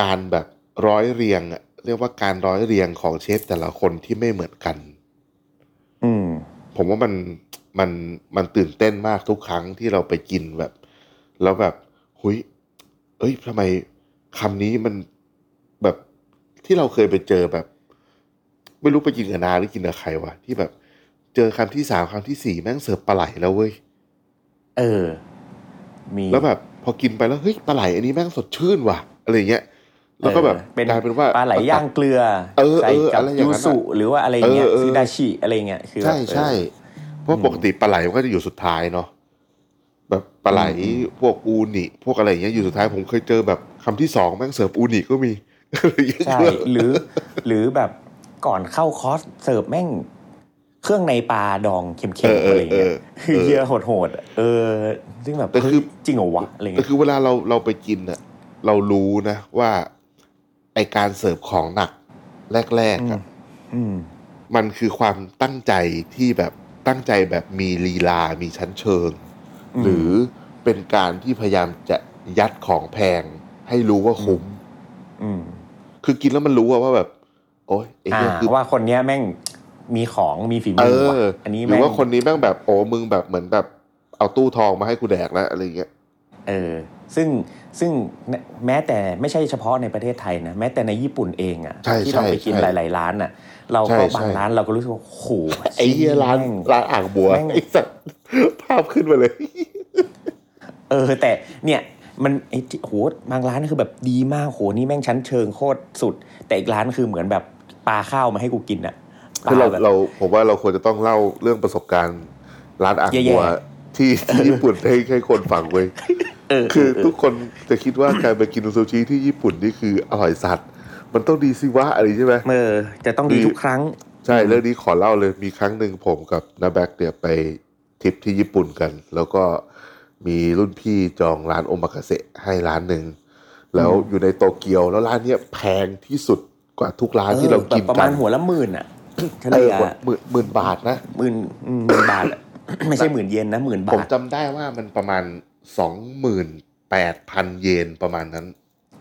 Speaker 4: การแบบร้อยเรียงอะเรียกว่าการร้อยเรียงของเชฟแต่ละคนที่ไม่เหมือนกัน
Speaker 3: อืม
Speaker 4: ผมว่ามันมันมันตื่นเต้นมากทุกครั้งที่เราไปกินแบบ แล้วแบบหุยเอ้ยทำไมคำนี้มันแบบที่เราเคยไปเจอแบบ ไม่รู้ไปกินกับนาหรือกินกับใครวะที่แบบ เจอคำที่สามคำที่สี่แม่งเสิร์ฟปลาไหลแล้วเว้ย
Speaker 3: เออ มี
Speaker 4: แล้วแบบ พอกินไปแล้วเฮ้ยปลาไหลอันนี้แม่งสดชื่นว่ะอะไรเงี้ย แล้วก็แบบ
Speaker 3: ออเป็น
Speaker 4: กลายเป็นว่า
Speaker 3: ปลาไหลย่างเกลือ
Speaker 4: เออ
Speaker 3: ใส่
Speaker 4: เออ
Speaker 3: กั
Speaker 4: อะไรอย่างนั้นอะ
Speaker 3: ยูสุหรือว่าอะไรเงี้ย
Speaker 4: เออเออ
Speaker 3: ซูดาชิอะไรเงี้ยคือแบบ
Speaker 4: ใช่ใช่
Speaker 3: เออ
Speaker 4: เพราะปกติปลาไหลมันก็จะอยู่สุดท้ายเนาะแบบปลาไหล
Speaker 3: อืม
Speaker 4: พวกอูนิพวกอะไรอย่างเงี้ยอยู่สุดท้ายผมเคยเจอแบบคำที่สองแม่งเสิร์ฟอูนิก็มี
Speaker 3: ใช่ หรือ หรือแบบก่อนเข้าคอร์สเสิร์ฟแม่ง เครื่องในปลาดองเค็ม
Speaker 4: เออ
Speaker 3: ๆ
Speaker 4: เอ
Speaker 3: อะไร
Speaker 4: อเอ
Speaker 3: เงี้ย
Speaker 4: อ
Speaker 3: คือเยอะโหดๆเออ ซึ่งแบบ
Speaker 4: แต่คือ
Speaker 3: เฮ้ยจริงเหรอวะอะไร
Speaker 4: แต่
Speaker 3: เงี้ย
Speaker 4: คือเวลาเราเราไปกินอะเรารู้นะว่าไอการเสิร์ฟของหนักแรกๆอะ
Speaker 3: อืม
Speaker 4: มันคือความตั้งใจที่แบบตั้งใจแบบมีลีลา มีชั้นเชิง
Speaker 3: อืม
Speaker 4: หรือเป็นการที่พยายามจะยัดของแพงให้รู้ว่าคุ้ม
Speaker 3: อืม
Speaker 4: คือกินแล้วมันรู้อะว่าแบบ โอ้ยไอ้
Speaker 3: อ่า
Speaker 4: เนี่ยคือ
Speaker 3: ว่าคนเนี้ยแม่งมีของมีฝี
Speaker 4: เอ
Speaker 3: มือว่ะ
Speaker 4: อ
Speaker 3: อันนี้
Speaker 4: หรื
Speaker 3: แม่
Speaker 4: อง ว่าคนนี้แม่งแบบโอ้มึงแบบเหมือนแบบเอาตู้ทองมาให้กูแดกแล้วอะไรอย่างเงี้ย
Speaker 3: เออ ซึ่งซึ่งแม้แต่ไม่ใช่เฉพาะในประเทศไทยนะแม้แต่ในญี่ปุ่นเองอ่ะ
Speaker 4: ใช่
Speaker 3: ที่
Speaker 4: ใช่
Speaker 3: เราไปกิน
Speaker 4: ใช่
Speaker 3: หลาย ๆ ร้านอ่ะ เรา
Speaker 4: ใช่
Speaker 3: ก็
Speaker 4: ใช่
Speaker 3: บางร้านเราก็รู้สึกว่าโอ้โห
Speaker 4: ไอ้เหี้ยร้าน
Speaker 3: แม่ง
Speaker 4: ร้านอ่างบัว
Speaker 3: แม่ง
Speaker 4: ไอ้สัตว์ภาพขึ้นมาเลย
Speaker 3: เออ แต่เนี่ยมันไอ้ที่โหบางร้านคือแบบดีมากโหนี่แม่งชั้นเชิงโคตรสุด แต่อีกร้านคือเหมือนแบบปลาข้าวมาให้กูกินอ่ะป
Speaker 4: คือเรา
Speaker 3: ลาแบบ
Speaker 4: เราผมว่าเราควรจะต้องเล่าเรื่องประสบการณ์ร้านอ่าง
Speaker 3: แย่ๆ
Speaker 4: บัวที่ที่ญี่ปุ่นให้ให้คนฟังเว้ย
Speaker 3: เออ
Speaker 4: คือทุกคนจะคิดว่าการไปกินซูชิที่ญี่ปุ่นนี่คืออร่อยสัตว์ มันต้องดีสิวะอะไรใช่ไหม
Speaker 3: เออจะต้องดี
Speaker 4: คือ
Speaker 3: ทุกครั้ง
Speaker 4: ใช่เรื่องนี้ขอเล่าเลยมีครั้งหนึ่งผมกับนาแบกเนี่ยไปทริปที่ญี่ปุ่นกัน แล้วก็มีรุ่นพี่จองร้านโอมากาเสะให้ร้านหนึ่ง แล้วอยู่ในโตเกียวแล้วร้านเนี้ยแพงที่สุดกว่าทุกร้านที่เรากิน
Speaker 3: แบบประ
Speaker 4: กั
Speaker 3: มาน ณหัวละหมื่นอ่ะเฉ
Speaker 4: เออ
Speaker 3: ลี่ย
Speaker 4: หมดหมื่นหมื่นบาทนะ
Speaker 3: หมื่นอืมหมื่นบาทอะ ไม่ใช่หมื่นเยนนะหมื่น
Speaker 4: ผม
Speaker 3: บาท
Speaker 4: จำได้ว่ามันประมาณสองหมื่นแปดพันเยนประมาณนั้น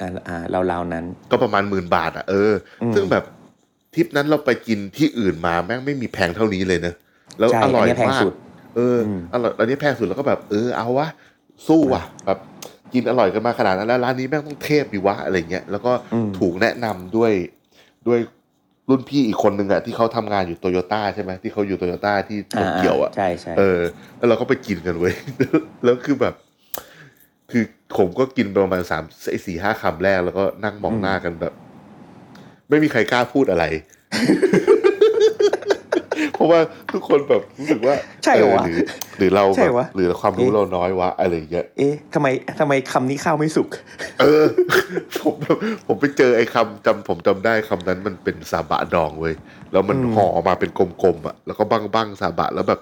Speaker 3: อ่าอ่าเราเราวๆนั้น
Speaker 4: ก็ประมาณหมื่นบาทอ่ะเอออ
Speaker 3: ม
Speaker 4: ซึ่งแบบทริปนั้นเราไปกินที่อื่นมาแม่งไม่มีแพงเท่านี้เลยเนอะแล้ว
Speaker 3: ใช่
Speaker 4: อร่อย
Speaker 3: อันเนี้ยแพง
Speaker 4: มาก
Speaker 3: สุด
Speaker 4: เอออ
Speaker 3: ม
Speaker 4: อร่อยอันนี้แพงสุดแล้วก็แบบเออเอาวะสู้ว่ะ แบบกินอร่อยกันมาขนาดนั้นแล้วร้านนี้แม่งต้องเทพดีวะอะไรเงี้ยแล้วก็ถูกแนะนำด้วยด้วย รุ่นพี่อีกคนนึงอะที่เขาทำงานอยู่โตโยต้าใช่ไหมที่เขาอยู่โตโยต้าที่โตเกียวอะ
Speaker 3: ใช่ใช่
Speaker 4: เออ แล้วเราก็ไปกินกันเว้ย แล้วคือแบบ คือผมก็กินประมาณสามสี่ห้าคำแรกแล้วก็นั่งมองหน้ากันแบบ ไม่มีใครกล้าพูดอะไร เพราะว่าทุกคนแบบรู้สึกว่า
Speaker 3: ใช่เหรอวะ
Speaker 4: เออหรือหรือเรา
Speaker 3: ใช่
Speaker 4: แบบ
Speaker 3: วะ
Speaker 4: หรือความรู้เราน้อยวะอะไรอย่างเงี้ย
Speaker 3: เอ๊ะทำไมทำไมคำนี้ข้าวไม่สุก
Speaker 4: เออ ผมผมไปเจอไอ้คำจำผมจำได้คำนั้นมันเป็นซาบะดองเว้ยแล้วมัน
Speaker 3: อืม
Speaker 4: ห่อมาเป็นกลมๆอ่ะ แล้วก็บ้างบ้างๆซาบะแล้วแบบ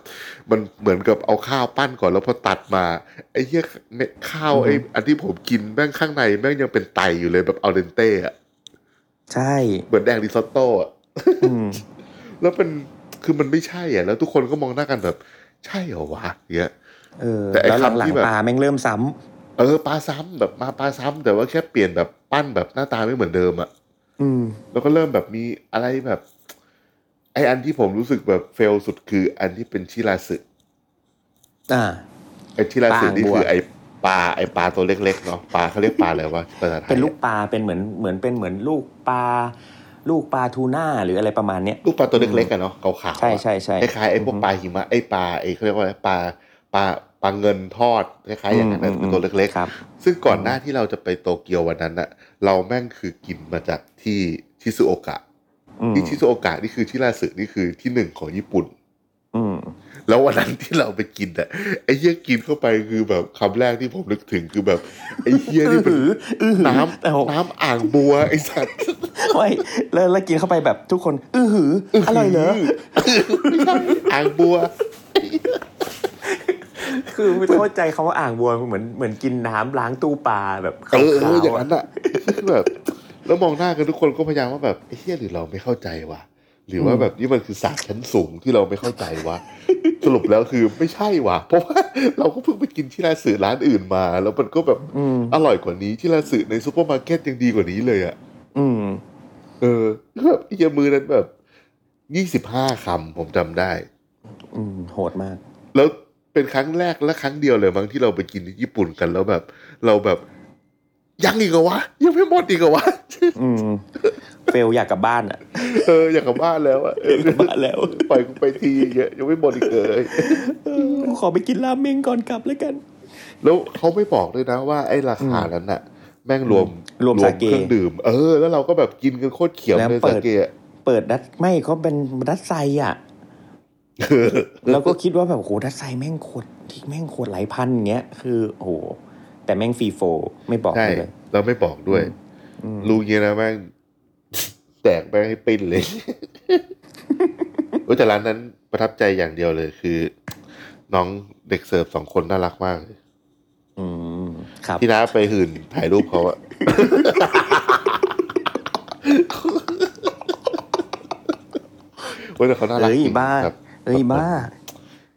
Speaker 4: มันเหมือนกับเอาข้าวปั้นก่อนแล้วพอตัดมา ไอ้เหี้ยเม็ดข้าวไอ้อันที่ผมกินแม่งข้างในแม่งยังเป็นไตอยู่เลยแบบเอาเดนเต้อะ
Speaker 3: ใช่
Speaker 4: เหมือนแดงริซอตโต้อะ
Speaker 3: อืม
Speaker 4: แล้วเป็นคือมันไม่ใช่อ่ะ แล้วทุกคนก็มองหน้ากันแบบ ใช่เหรอวะเงี้ย
Speaker 3: เออ
Speaker 4: แต่ไอ้
Speaker 3: แล้วห
Speaker 4: คำ
Speaker 3: ลั
Speaker 4: ที่
Speaker 3: ง
Speaker 4: แบบ
Speaker 3: ๆปลาแม่งเริ่มซ้ำ
Speaker 4: เออปลาซ้ำแบบมาปลาซ้ำแต่ว่าแค่เปลี่ยนแบบปั้นแบบหน้าตาไม่เหมือนเดิมอ่ะ
Speaker 3: อืม
Speaker 4: แล้วก็เริ่มแบบมีอะไรแบบ ไออันที่ผมรู้สึกแบบเฟลสุดคืออันที่เป็นชิราสึ
Speaker 3: อ่า
Speaker 4: ไอชิราสึ
Speaker 3: ปลาอ่าง
Speaker 4: นี่
Speaker 3: บัว
Speaker 4: คือไอปลาไอปลาตัวเล็กๆเนาะปลาเขาเรียกปลาอะไรวะภาษาไทยอะ
Speaker 3: เป็นลูกปลาเป็นเหมือนเหมือนเป็นเหมือนลูกปลาลูกปลาทูน่าหรืออะไรประมาณเนี้ย
Speaker 4: ลูกปลาตัวเล็กๆอะเนาะขาวๆอะ
Speaker 3: ใช่ใช่ใช่
Speaker 4: คล้ายๆไอพวกปลาหิมะไอปลาไอเขาเรียกว่าอะไรปลาปลาปลาเงินทอดคล้ายๆอย่างนั้นนะ
Speaker 3: อืมอืม
Speaker 4: เป็นตัวเล็ก
Speaker 3: ครับ
Speaker 4: ๆ ซึ่งก่อนหน้าที่เราจะไปโตเกียววันนั้นอะเราแม่งคือกินมาจากที่ชิซุโอกะ
Speaker 3: อืม
Speaker 4: ที่ชิซุโอกะนี่คือชิราสึนี่คือที่หนึ่งของญี่ปุ่น
Speaker 3: อืม
Speaker 4: แล้ววันนั้นที่เราไปกินอ่ะไอ้เหี้ยกินเข้าไปคือแบบคำแรกที่ผมนึกถึงคือแบบไอ้เหี้ย
Speaker 3: อื
Speaker 4: นี่
Speaker 3: อ
Speaker 4: เป็น
Speaker 3: หืออือหือ
Speaker 4: น้
Speaker 3: แต่ผม
Speaker 4: ำน้ำอ่างบัวไอ้สัตว์
Speaker 3: ไม่แล้วแล้วกินเข้าไปแบบทุกคน อือหืออร่อยเหรอ
Speaker 4: ไม่ใช่อ่างบัว
Speaker 3: คือไม่เข้าใจคำว่าอ่างบัวเหมือนเหมือนกินน้ำล้างตู้ปลาแบบขา
Speaker 4: เอ
Speaker 3: ว
Speaker 4: อเอออย่าง
Speaker 3: ๆ
Speaker 4: นั้น
Speaker 3: อะ
Speaker 4: อ่ะคือแบบแล้วมองหน้ากันทุกคนก็พยายามว่าแบบไอ้เหี้ยหรือเราไม่เข้าใจวะหรือว่าแบบนี่มันคือศาสตร์ชั้นสูงที่เราไม่เข้าใจวะสรุปแล้วคือไม่ใช่วะเพราะว่าเราก็เพิ่งไปกินที่ร้านสื่อร้านอื่นมา แล้วมันก็แบบ
Speaker 3: อืม
Speaker 4: อร่อยกว่านี้ที่ร้านสื่อในซูเปอร์มาร์เก็ตยังดีกว่านี้เลยอ่ะ
Speaker 3: อืม
Speaker 4: เออแบบเอียมือนั้นแบบยี่สิบห้าคำผมจำได้
Speaker 3: อืมโหดมาก
Speaker 4: แล้วเป็นครั้งแรกและครั้งเดียวเลยมั้งที่เราไปกินที่ญี่ปุ่นกันแล้วแบบ เราแบบยังอีกเหรอวะ ยังไม่หมดอีกเหรอวะ
Speaker 3: อืมเฟลอยากกลับบ้านอ่ะ
Speaker 4: เอออยากกลับบ้านแล้วอะเออก
Speaker 3: ลับบ้านแล้ว
Speaker 4: ปล่อยกูไปทีเยอะยังไม่หมดอีกเลย
Speaker 3: เออกูขอไปกินราเมงก่อนกลับแล้วกัน
Speaker 4: แล้วเขาไม่บอกด้วยนะว่าไอ้ราคานั้นน่ะ แม่งรวม
Speaker 3: รวมสาเก
Speaker 4: เครื่องดื่ม เออ แล้วเราก็แบบกินกันโคตรเขียว
Speaker 3: แล้ว
Speaker 4: เลย
Speaker 3: เปิ
Speaker 4: สา
Speaker 3: ด
Speaker 4: เกอะ
Speaker 3: เปิดดัดไม่เขาเป็นดัดไซอ่ะ
Speaker 4: เออ
Speaker 3: แล้วก็คิดว่าแบบโหดัดไซแม่งขวดที่แม่งขวดหลายพันอย่างเงี้ย คือโอ้โห แต่แม่งฟรีโฟร์ไม่บอก
Speaker 4: ใช่
Speaker 3: เลย
Speaker 4: เราไม่บอกด้วย
Speaker 3: อืม
Speaker 4: รู้เงี้ยนะแม่ง แตกแม่งให้ปิ้นเลย เว้ยแต่ร้านนั้นประทับใจอย่างเดียวเลยคือ น้องเด็กเสิร์ฟสองคนน่ารักมากเลย
Speaker 3: อืมครับ
Speaker 4: ที่น้าไปหื่นถ่ายรูปเขาอะ เว้ยแต่เขาน่ารัก
Speaker 3: เฮ้ย
Speaker 4: จริง
Speaker 3: บ้า
Speaker 4: ครับ
Speaker 3: เอ้ยบ้า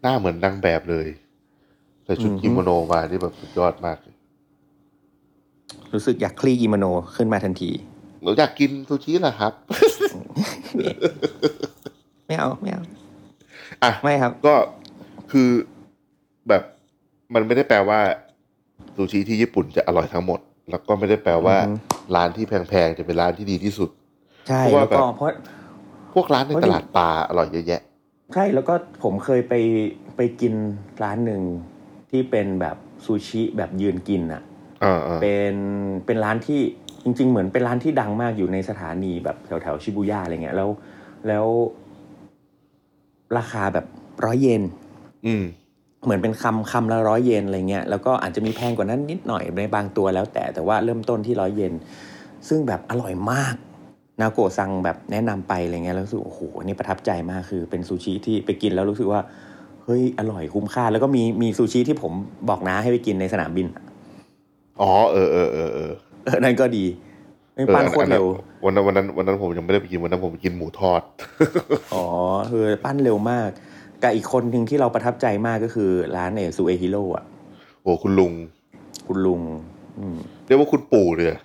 Speaker 4: หน้าเหมือนนางแบบเลยใส่ชุด
Speaker 3: อือฮึ
Speaker 4: กิโมโนมาที่แบบสุดยอดมาก
Speaker 3: รู้สึกอยากคลี่อีโมโนขึ้นมาทันที
Speaker 4: หนูอยากกินซูชิเหรอครับ
Speaker 3: ไม่เอาไม่เอา
Speaker 4: อ่ะ
Speaker 3: ไม่ครับ
Speaker 4: ก็คือแบบมันไม่ได้แปลว่าซูชิที่ญี่ปุ่นจะอร่อยทั้งหมด แล้วก็ไม่ได้แปลว่า
Speaker 3: อือฮึ
Speaker 4: ร้านที่แพงๆจะเป็นร้านที่ดีที่สุด
Speaker 3: ใช่
Speaker 4: เพราะว่า
Speaker 3: แล้วก็
Speaker 4: แบบ
Speaker 3: เพราะ
Speaker 4: พวกร้านในตลาดปลาอร่อยเยอะแยะ
Speaker 3: ใช่แล้วก็ผมเคยไปไปกินร้านหนึ่งที่เป็นแบบซูชิแบบยืนกินอ่ะ
Speaker 4: เออเออ
Speaker 3: เป็นเป็นร้านที่จริง ๆ เหมือนเป็นร้านที่ดังมากอยู่ในสถานีแบบแถวแถวๆชิบูย่าอะไรเงี้ยแล้วแล้วราคาแบบร้อยเยน
Speaker 4: อืม
Speaker 3: เหมือนเป็นคำคำละร้อยเยนอะไรเงี้ยแล้วก็อาจจะมีแพงกว่านั้นนิดหน่อยในบางตัวแล้วแต่แต่ว่าเริ่มต้นที่ร้อยเยนซึ่งแบบอร่อยมาก นาโกะซังแบบแนะนำไปอะไรเงี้ยแล้วรู้สึกโอ้โหอันนี่ประทับใจมากคือเป็นซูชิที่ไปกินแล้วรู้สึกว่าเฮ้ยอร่อยคุ้มค่า แล้วก็มีมีซูชิที่ผมบอกน้าให้ไปกินในสนามบิน อะ
Speaker 4: อ๋อเออเออเออเออ
Speaker 3: เออนั่นก็ดีไม่ปั้นโคตรเร็ว
Speaker 4: เอออันนั้นวันนั้นวันนั้นผมยังไม่ได้ไปกินวันนั้นผมไปกินหมูทอด
Speaker 3: อ๋อคือปั้นเร็วมาก กับอีกคนหนึ่งที่เราประทับใจมากก็คือร้านเอซูเอฮิโร่อะ
Speaker 4: โอ้คุณลุง
Speaker 3: คุณลุง อืม
Speaker 4: เรียกว่าคุณปู่เลยอะ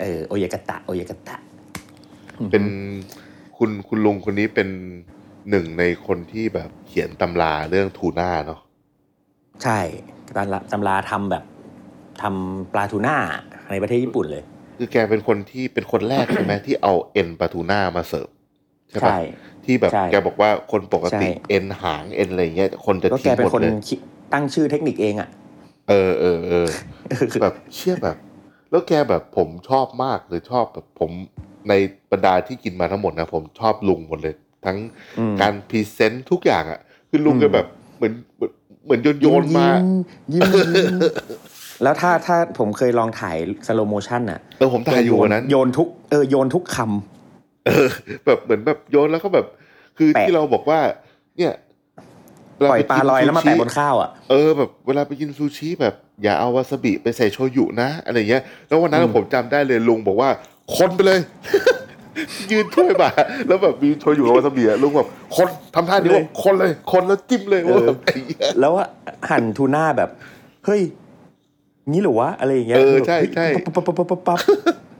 Speaker 3: เออโอยากาตะโอยากาตะ
Speaker 4: เป็นคุณคุณลุงคนนี้เป็นหนึ่งในคนที่แบบเขียนตำราเรื่องทูน่าเนาะ
Speaker 3: ใช่ตำราตำราทำแบบทำปลาทูน่าในประเทศญี่ปุ่นเลย
Speaker 4: คือแกเป็นคนที่เป็นคนแรก ใช่ไหมที่เอาเอ็นปลาทูน่ามาเสิร์ฟ ใช่ปะ
Speaker 3: ใช่
Speaker 4: ที่แบบ
Speaker 3: ใช่
Speaker 4: แกบอกว่าคนปกติ
Speaker 3: ใช่
Speaker 4: เอ็นหางเอ็นอะไรอย่างเงี้ยคนจะ
Speaker 3: ก็แก
Speaker 4: ทิ้ง
Speaker 3: เป็
Speaker 4: หม
Speaker 3: น
Speaker 4: ด
Speaker 3: คน
Speaker 4: เลย
Speaker 3: คิดตั้งชื่อเทคนิคเองอ่ะ
Speaker 4: เออเออเออ แบบเชื่อแบบ แล้วแกแบบผมชอบมากเลยชอบแบบผมในบรรดาที่กินมาทั้งหมดนะผมชอบลุงหมดเลย ทั้ง
Speaker 3: อืม
Speaker 4: การพรีเซนต์ทุกอย่างอะ่ะ คือลุง
Speaker 3: อืม
Speaker 4: แก็แบบเหมือนเหมือนเหมือนโยนโยนมา
Speaker 3: ยิ้มยิ้มยิ้มแล้วถ้าถ้าผมเคยลองถ่ายสโลโมชันอ่ะ
Speaker 4: เออผมถ่ายอยู่วันนั้น
Speaker 3: โยนทุกเออโยนทุกค
Speaker 4: เออแบบเหมือนแบบโยนแล้วก็แบบ คือ
Speaker 3: แปะ
Speaker 4: ที่เราบอกว่า เนี่ยเว
Speaker 3: ำปล่อย
Speaker 4: ไป
Speaker 3: ปลา
Speaker 4: กิน
Speaker 3: ลอยแล้วมา
Speaker 4: ซู
Speaker 3: แปะ
Speaker 4: ชิ
Speaker 3: บนข้าวอ่ะ
Speaker 4: เออแบบเวลาไปกินซูชิแบบอย่าเอาวาซาบิไปใส่โชยุนะอะไรเงี้ย แล้ววันนั้น
Speaker 3: อืม
Speaker 4: ผมจำได้เลยลุงบอกว่า คนไปเลย ยืนถ้วยมาแล้วแบบมีโชยุกับวาซาบิอะลุงแบบคนทำท่านี้ว่าคนเลย คนแล้วจิ้มเลยว่าแบบไอ้เหี้ย
Speaker 3: แล้วอะหั่นทูน่าแบบ เฮ้ยนี่เหรือวะอะไรอย่างเงี้ย
Speaker 4: เออใช่ใช่
Speaker 3: ปั๊บปั๊บปั๊บปั๊บปั๊บ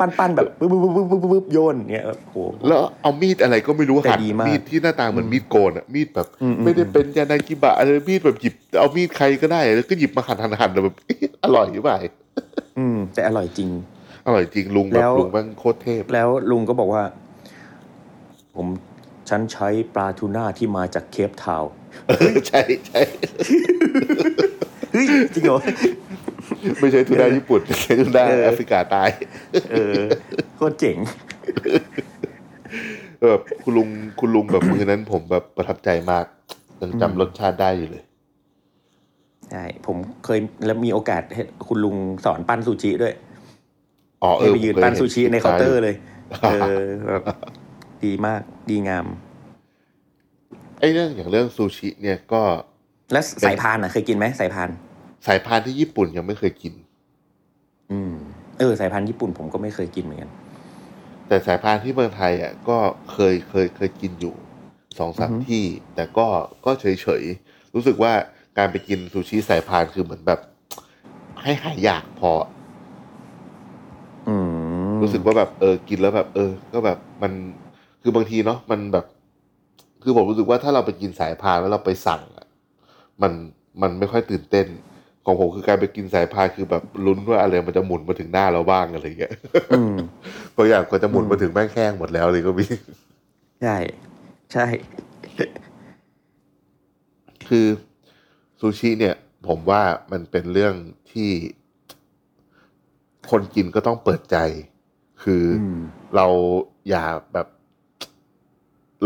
Speaker 3: ปั้นปั้นแบบปึ๊บปึ๊บปึ๊บปึ๊บปึ๊บโยนเงี้ยโอ้โห
Speaker 4: แล้วเอามีดอะไรก็ไม่รู้
Speaker 3: แต่
Speaker 4: หั่น
Speaker 3: ดีมาก
Speaker 4: มีดที่หน้าตาเหมือนมีดโกนอะมีดแบบ
Speaker 3: อืมอืม
Speaker 4: ไม่ได้เป็นยานากิบะอะไรมีดแบบหยิบเอามีดใครก็ได้แล้วก็หยิบมาหั่นหั่นหั่นแล้วแบบ อร่อยหรือเปล่า
Speaker 3: อืม แต่อร่อยจริง
Speaker 4: อร่อยจริงลุงแบ
Speaker 3: แล้
Speaker 4: บ
Speaker 3: ว
Speaker 4: ลุงแม่งโคตรเทพ
Speaker 3: แล้วลุงก็บอกว่า ผมฉันใช้ปลาทูน่าที่มาจากเคปทาวน์
Speaker 4: ใช่ใช่
Speaker 3: เฮ้ยจริงเหรอ
Speaker 4: ไม่ใช่ทูน่าญี่ปุ่น ใช่ทูน่า
Speaker 3: เออ
Speaker 4: แอฟริกาใต้
Speaker 3: เออโคตรเจ๋ง
Speaker 4: แบบคุณลุงคุณลุงแบบมือนั้นผมแบบประทับใจมากยังจำรสชาติได้อยู่เลย
Speaker 3: ใช่ผมเคยแล้วมีโอกาสให้คุณลุงสอนปั้นซูชิด้วย
Speaker 4: อ๋อเอ
Speaker 3: ให้
Speaker 4: อ
Speaker 3: ไปยืนปั้นซูชิในเคาน์เตอร์เลย
Speaker 4: ใช่
Speaker 3: เออแบบดีมากดีงาม
Speaker 4: ไอ้เรื่องอย่างเรื่องซูชิเนี่ยก็
Speaker 3: แล้วสายพานอ่ะเคยกินไหมสายพาน
Speaker 4: สายพานที่ญี่ปุ่นยังไม่เคยกิน
Speaker 3: อืมเออสายพันธุ์ญี่ปุ่นผมก็ไม่เคยกินเหมือนกัน
Speaker 4: แต่สายพานที่เมืองไทยอ่ะก็เคยเคยเคยกินอยู่สองสาม
Speaker 3: อือฮึ
Speaker 4: ที่ แต่ก็ก็เฉยเฉยๆรู้สึกว่าการไปกินซูชิสายพานคือเหมือนแบบ ให้หายอยากพอ
Speaker 3: อืม
Speaker 4: รู้สึกว่าแบบเออกินแล้วแบบ เออ ก็แบบมันคือบางทีเนาะมันแบบ คือผมรู้สึกว่าถ้าเราไปกินสายพานแล้วเราไปสั่งอะมันมันไม่ค่อยตื่นเต้น ของผมคือการไปกินสายพานคือแบบลุ้นว่าอะไรมันจะหมุนมาถึงหน้าเราบ้างอะไรอย่างเงี้ย
Speaker 3: อืม
Speaker 4: บางอย่างก็จะหมุนมาถึงแม่งแห้งหมดแล้วเลยก็มี
Speaker 3: ใช่ใช่
Speaker 4: คือซูชิเนี่ย ผมว่ามันเป็นเรื่องที่ คนกินก็ต้องเปิดใจ คืออ
Speaker 3: ม
Speaker 4: เราอย่าแบบ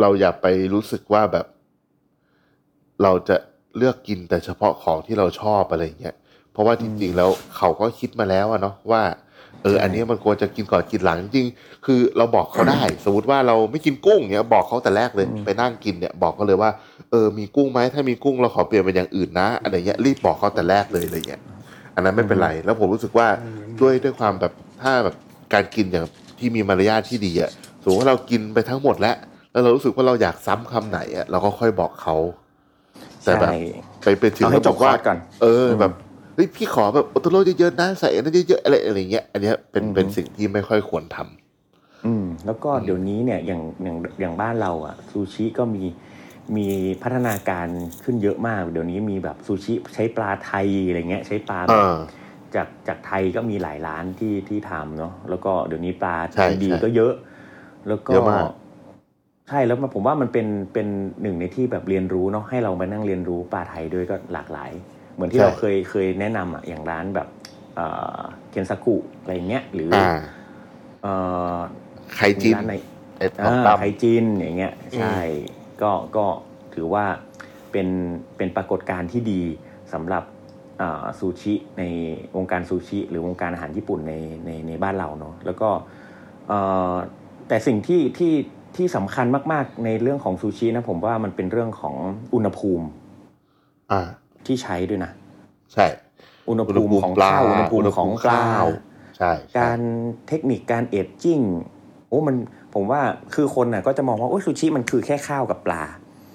Speaker 4: เราอย่าไปรู้สึกว่าแบบ เราจะเลือกกินแต่เฉพาะของที่เราชอบอะไรอย่างเงี้ยเพราะว่าจริงๆแล้วเขาก็คิดมาแล้วอะเนาะว่า เออ อันนี้มันควรจะกินก่อนกินหลังจริงๆคือเราบอกเขาได้ สมมติว่าเราไม่กินกุ้งเนี่ย บอกเขาแต่แรกเลยไปนั่งกินเนี่ย บอกเขาเลยว่า เออ มีกุ้งไหมถ้ามีกุ้งเราขอเปลี่ยนเป็นอย่างอื่นนะอะไรเงี้ยรีบบอกเขาแต่แรกเลยอะไรเงี้ย อันนั้นไม่เป็นไร แล้วผมรู้สึกว่าด้วยด้วยความแบบถ้าแบบการกินอย่างที่มีมารยาทที่ดีอะสมมติว่าเรากินไปทั้งหมดแล้ว แล้วเรารู้สึกว่าเราอยากซ้ำคำไหนอะเราก็ค่อยบอกเขา แต่แบบ
Speaker 3: ใช่
Speaker 4: ไปไปถึง
Speaker 3: เอาให้
Speaker 4: แล้วบอกว่า
Speaker 3: จบคอร์สก่อน
Speaker 4: เอออแบบเฮ้ยพี่ขอแบบโอโตโร่เยอะๆนะใส่อันนั้นเยอะๆอะไรอะไรเงี้ยอันเนี้ยเป็น
Speaker 3: อืม
Speaker 4: เป็นสิ่งที่ไม่ค่อยควรทำ
Speaker 3: อืมแล้วก็เดี๋ยวนี้เนี่ยอย่างอย่างอย่างบ้านเราอะซูชิก็มีมีพัฒนาการขึ้นเยอะมาก เดี๋ยวนี้มีแบบซูชิใช้ปลาไทยอะไรเงี้ย ใช้ปลาแบบ
Speaker 4: อ่า
Speaker 3: จากจากไทยก็มีหลายร้านที่ที่ทำเนาะแล้วก็เดี๋ยวนี้ปลา
Speaker 4: ใช่
Speaker 3: ดี
Speaker 4: ใช่
Speaker 3: ก็เยอะ แล้วก็
Speaker 4: เยอะมาก
Speaker 3: ใช่แล้วมันผมว่ามันเป็นเป็นหนึ่งในที่แบบเรียนรู้เนาะให้เรามานั่งเรียนรู้ปลาไทยด้วยก็หลากหลาย เหมือนที่เราเคยเคยแนะนำอะอย่างร้านแบบเอ่อเคนซากุอะไรเงี้ยหรือ
Speaker 4: อ่า
Speaker 3: เอ่อ
Speaker 4: ไข่จิ้น
Speaker 3: ร้านไหน
Speaker 4: ไอ้ตอก
Speaker 3: อ่า
Speaker 4: ต
Speaker 3: ไทยจีนอย่างเงี้ยใช่ก็ก็ถือว่าเป็นเป็นปรากฏการณ์ที่ดีสำหรับอ่าซูชิในวงการซูชิ หรือวงการอาหารญี่ปุ่นในในในบ้านเราเนาะแล้วก็เอ่อแต่สิ่งที่ที่ที่สำคัญมาก ๆ ในเรื่องของซูชินะผมว่ามันเป็นเรื่องของอุณหภูมิ
Speaker 4: ำอ่า
Speaker 3: ที่ใช้ด้วยนะ
Speaker 4: ใช่
Speaker 3: อุณหภูมิของข้าวอุณหภูมิของปลา
Speaker 4: วใช่ใช่
Speaker 3: การเทคนิคการเอจจิ้งโอ้มันผมว่าคือคนน่ะก็จะมองว่าโอ้ยซูชิมันคือแค่ข้าวกับปลา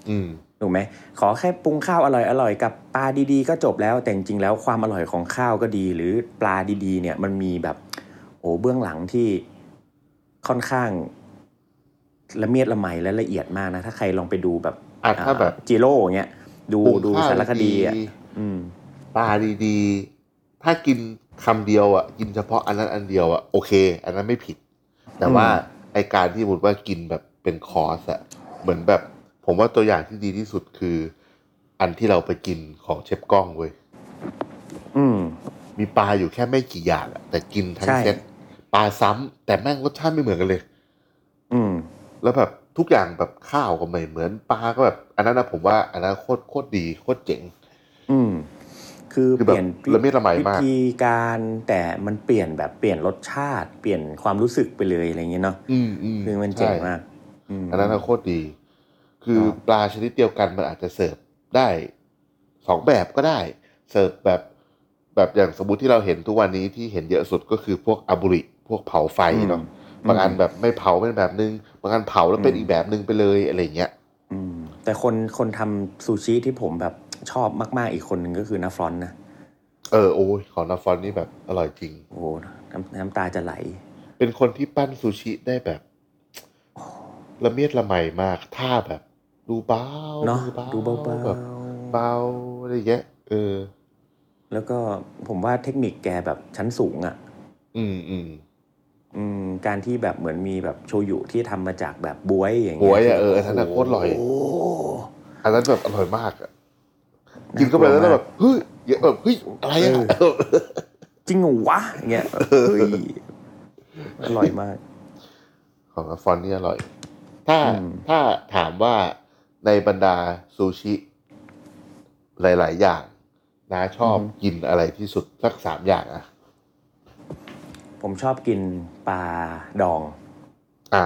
Speaker 4: อืม
Speaker 3: ถูกไหมขอแค่ปรุงข้าวอร่อยอร่อยกับปลาดีๆ ก็จบแล้วแต่จริงๆแล้วความอร่อยของข้าวก็ดี หรือปลาดีๆ เนี่ยมันมีแบบโอ้เบื้องหลังที่ค่อนข้างละเมียดละไมและละเอียดมากนะ ถ้าใครลองไปดูแบบ
Speaker 4: อ่ะถ้าแบบ
Speaker 3: อ่จิโร่อย่างเงี้ยดู
Speaker 4: ปรุง
Speaker 3: ดู
Speaker 4: ข้ว
Speaker 3: สารคดีอ่ะอืม
Speaker 4: ปลาดีๆ ถ้ากินคำเดียวอ่ะกินเฉพาะอันนั้นอันเดียวอ่ะโอเค อันนั้นไม่ผิด แต่ว่าไอการที่สมมุติว่ากินแบบ เป็นคอร์สอะเหมือนแบบผมว่าตัวอย่างที่ดีที่สุดคือ อันที่เราไปกินของเชฟกล้องเว้ย
Speaker 3: อืม
Speaker 4: มีปลาอยู่แค่ไม่กี่อย่างอะแต่กินทั้ง
Speaker 3: ใช่
Speaker 4: เซ็ตปลาซ้ำแต่แม่งรสชาติไม่เหมือนกันเลย
Speaker 3: อืม
Speaker 4: แล้วแบบทุกอย่างแบบข้าวก็ไม่เหมือนปลาก็แบบ อันนั้นนะผมว่าอันนั้นโคตรโคตรดีโคตรเจ๋ง
Speaker 3: อืม คือ
Speaker 4: คือ
Speaker 3: เป
Speaker 4: แบบ
Speaker 3: ลี่ยน
Speaker 4: ละเมียดละไมมาก
Speaker 3: วิธีการแต่มันเปลี่ยนแบบเปลี่ยนรสชาติ เปลี่ยนความรู้สึกไปเลยอะไรอย่างเงี้ยเนาะ
Speaker 4: อืมอืม
Speaker 3: คือมันเจ๋ง
Speaker 4: ใช่
Speaker 3: มากม
Speaker 4: อันนั้นนะโคตรดี คือ
Speaker 3: ครับ
Speaker 4: ปลาชนิดเดียวกันมันอาจจะเสิร์ฟได้สองแบบก็ได้ เสิร์ฟแบบแบบอย่างสมมติที่เราเห็นทุกวันนี้ที่เห็นเยอะสุดก็คือพวกอาบุริ พวกเผาไฟเนาะ บางอันแบบไม่เผาเป็นแบบนึง บางอันเผาแล้วเป็นอีกแบบนึงไปเลยอะไรอย่างเงี้ย
Speaker 3: อืมแต่คนคนทำซูชิที่ผมแบบชอบมากๆอีกคนหนึ่งก็คือนาฟรอนต์นะ
Speaker 4: เออโอ้ยของนาฟอนนี่แบบอร่อยจริง
Speaker 3: โอ้โหน้ำน้ำตาจะไหล
Speaker 4: เป็นคนที่ปั้นซูชิได้แบบ ละเมียดละไมมากท่าแบบ ดูเบา
Speaker 3: เนาะดูเบา
Speaker 4: แบบเบาอะไรอย่างเงี้ยเออ
Speaker 3: ๆ แล้วก็ผมว่าเทคนิคแกแบบชั้นสูงอะ่ะ
Speaker 4: อืมอืม
Speaker 3: อืมการที่แบบเหมือนมีแบบโชยุที่ทำมาจากแบบบวยอย่าง
Speaker 4: บ๊
Speaker 3: เงี้
Speaker 4: วยอะ
Speaker 3: คื
Speaker 4: เอออันนั้นอะโคตรอร่อย
Speaker 3: โ
Speaker 4: อันนั้นแบบอร่อยมากอะ
Speaker 3: า
Speaker 4: กินเข้าไปแล้ว
Speaker 3: ลั
Speaker 4: แบ
Speaker 3: มา
Speaker 4: บเฮ้ยเยอะแบบเฮ้ยอะไรอะ
Speaker 3: เอ จริงเหรอวะอย่างเงี้ยเฮ้ยอร่อยมาก
Speaker 4: ของนาฟอนนี่อร่อย ถ้า
Speaker 3: อืม
Speaker 4: ถ้าถามว่าในบรรดาซูชิ หลาย ๆ อย่างน้าชอบกินอะไรที่สุดสักสามอย่างอะ
Speaker 3: ผมชอบกินปลาดอง
Speaker 4: อ่ะ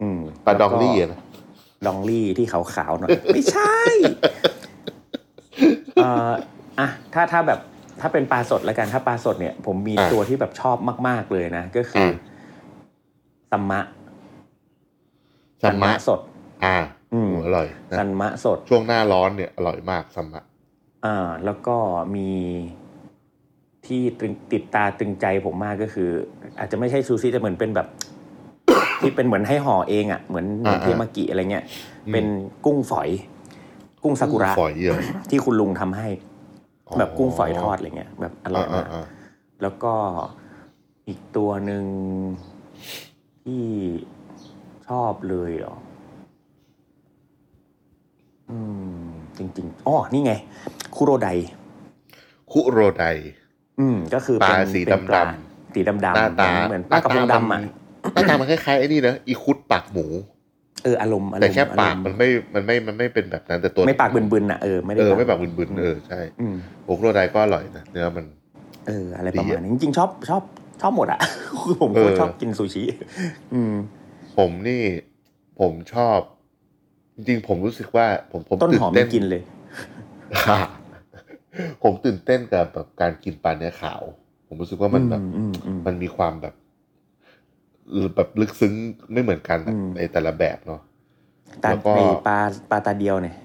Speaker 3: อืม
Speaker 4: ปลาดอง
Speaker 3: แวก็
Speaker 4: ลี่อะนะ
Speaker 3: ดองลี่ที่ขาวๆหน่อย ไม่ใช่เอ่ออ่ะถ้าถ้าแบบถ้าเป็นปลาสดแล้วกันถ้าปลาสดเนี่ย ผมมี
Speaker 4: อ่ะ
Speaker 3: ตัวที่แบบชอบมาก ๆเลยนะ ก็คืออะ สัมมะ
Speaker 4: สัมมะ
Speaker 3: สด
Speaker 4: อ่า
Speaker 3: อืม
Speaker 4: อร่อยนะ
Speaker 3: สัมมะสด
Speaker 4: ช่วงหน้าร้อนเนี่ยอร่อยมากสัมมะ
Speaker 3: อ่าแล้วก็มีที่ตรึงติดตาตรึงใจผมมากก็คือ อาจจะไม่ใช่ซูชิแต่เหมือนเป็นแบบ ที่เป็นเหมือนให้ห่อเองอ่ะเหมือนเหมือนเทมากิอะไรเงี้ยเป็นกุ้งฝอย กุ้งซากุระ
Speaker 4: ฝอยเยอะ
Speaker 3: ที่คุณลุงทำให้
Speaker 4: อ๋อ
Speaker 3: แบบกุ้งฝอยทอดอะไรเงี้ยแบบอร่อยมาก
Speaker 4: อ่า
Speaker 3: แล้วก็อีกตัวหนึ่งที่ชอบเลยเหรออืม จริงๆอ๋อนี่ไง คุโรได
Speaker 4: ๆคุโรได
Speaker 3: อืม ก็คือเป็น
Speaker 4: ปลาสี
Speaker 3: เป็นปลา
Speaker 4: ดำ
Speaker 3: สีดำ
Speaker 4: หน้าตา
Speaker 3: ๆเหมือนปลากระพงดำอ่ะ
Speaker 4: หน้าตามันคล้ายๆไอ้นี่นะอีคุดปากหมู
Speaker 3: เอออารมณ์อารมณ์
Speaker 4: แต่แค่ปาก
Speaker 3: อร
Speaker 4: มันไม่ มันไม่ มันไม่เป็นแบบนั้นแต่ตัว
Speaker 3: ไม่ปากบึนๆอ่ะเออไม่ได้
Speaker 4: เออไม่ปากบึนๆเออใช่
Speaker 3: อืม
Speaker 4: โอคุโรไดก็อร่อยนะเนื้อมัน
Speaker 3: เอออะไร
Speaker 4: ดี
Speaker 3: ประมาณ
Speaker 4: อะ
Speaker 3: นี้จริงๆชอบชอบชอบหมดอะ คือผม
Speaker 4: เออ
Speaker 3: ก็ชอบกินซูชิ อืม
Speaker 4: ผมนี่ผมชอบ จริงๆผมรู้สึกว่าผมผม
Speaker 3: ต้น
Speaker 4: ตื่
Speaker 3: หอน ม
Speaker 4: เต้
Speaker 3: ไม่
Speaker 4: น
Speaker 3: กินเลย
Speaker 4: ค่ะ ผมตื่นเต้นกับแบบการกินปลาเนื้อขาว ผมรู้สึกว่ามันแบบ
Speaker 3: อืมอืมอืม
Speaker 4: มันมีความแบบแบบลึกซึ้งไม่เหมือนกันอะ
Speaker 3: อืม
Speaker 4: ในแต่ละแบบเนาะ
Speaker 3: ตา
Speaker 4: แล้วก็
Speaker 3: ไอ้ปลาปลาตาเดียวเนี่ย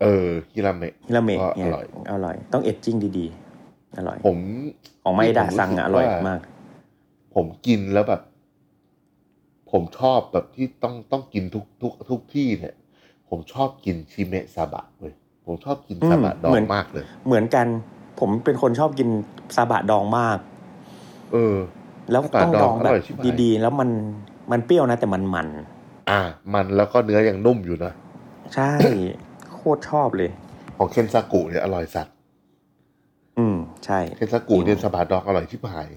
Speaker 4: เออฮิราเมะ
Speaker 3: ฮิราเมะ
Speaker 4: ก็
Speaker 3: เนี่ย
Speaker 4: อร่อย
Speaker 3: อร่อย ต้องเอดจิ้งดีๆ อร่อย
Speaker 4: ผม
Speaker 3: ของไมดา
Speaker 4: ที่ผ
Speaker 3: ซัง
Speaker 4: สึ
Speaker 3: อะอร่อย
Speaker 4: ว่
Speaker 3: มาก
Speaker 4: ผมกินแล้วแบบ ผมชอบแบบที่ต้องต้องกินทุกทุกทุกที่เนี่ย ผมชอบกินชิเมะซาบะเว้ยผมชอบกินซาบะ
Speaker 3: อืม
Speaker 4: ดอ
Speaker 3: เหมื
Speaker 4: ง
Speaker 3: อน
Speaker 4: มากเลย
Speaker 3: เหมือนกันผมเป็นคนชอบกินซาบะดองมาก
Speaker 4: เออ
Speaker 3: แล้ว
Speaker 4: ซาบะ
Speaker 3: ต้องดอง
Speaker 4: ดอง
Speaker 3: แบ
Speaker 4: อบ ร่อยชิบหาย
Speaker 3: ดีๆ แล้วมันมันเปรี้ยวนะ แต่มันมัน
Speaker 4: อ่ะมันแล้วก็เนื้อยังนุ่มอยู่นะ
Speaker 3: ใช่ โคตรชอบเลย
Speaker 4: ของเคนซากุเนี่ยอร่อยสัตว์
Speaker 3: อืม ใช่
Speaker 4: เทนซากุ
Speaker 3: จริง
Speaker 4: เนี่ยสปาดองอร่อยที่หาย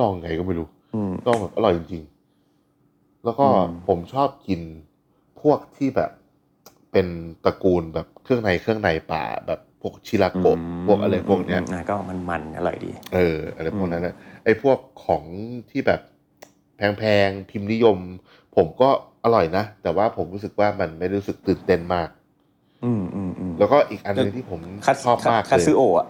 Speaker 4: ดองไงก็ไม่รู้
Speaker 3: อืม
Speaker 4: ดองแบบอร่อยจริงๆ แล้วก็
Speaker 3: อืม
Speaker 4: ผมชอบกินพวกที่แบบเป็นตระกูลแบบเครื่องในเครื่องในป่าแบบพวกชิรากะพวกอะไรพวกเนี้ย
Speaker 3: อ่ะก็มันมันๆอร่อยดี
Speaker 4: เอออะไรพวกนั้นนะไอ้พวกของที่แบบแพงๆพิมพ์นิยม ผมก็อร่อยนะ แต่ว่าผมรู้สึกว่ามันไม่ได้รู้สึกตื่นเต้นมาก
Speaker 3: อืมอืมอืม
Speaker 4: แล้วก็อีกอันหนึงที่ผม
Speaker 3: คัต
Speaker 4: ชอบมาก
Speaker 3: คัต
Speaker 4: เลย
Speaker 3: ซึโอะ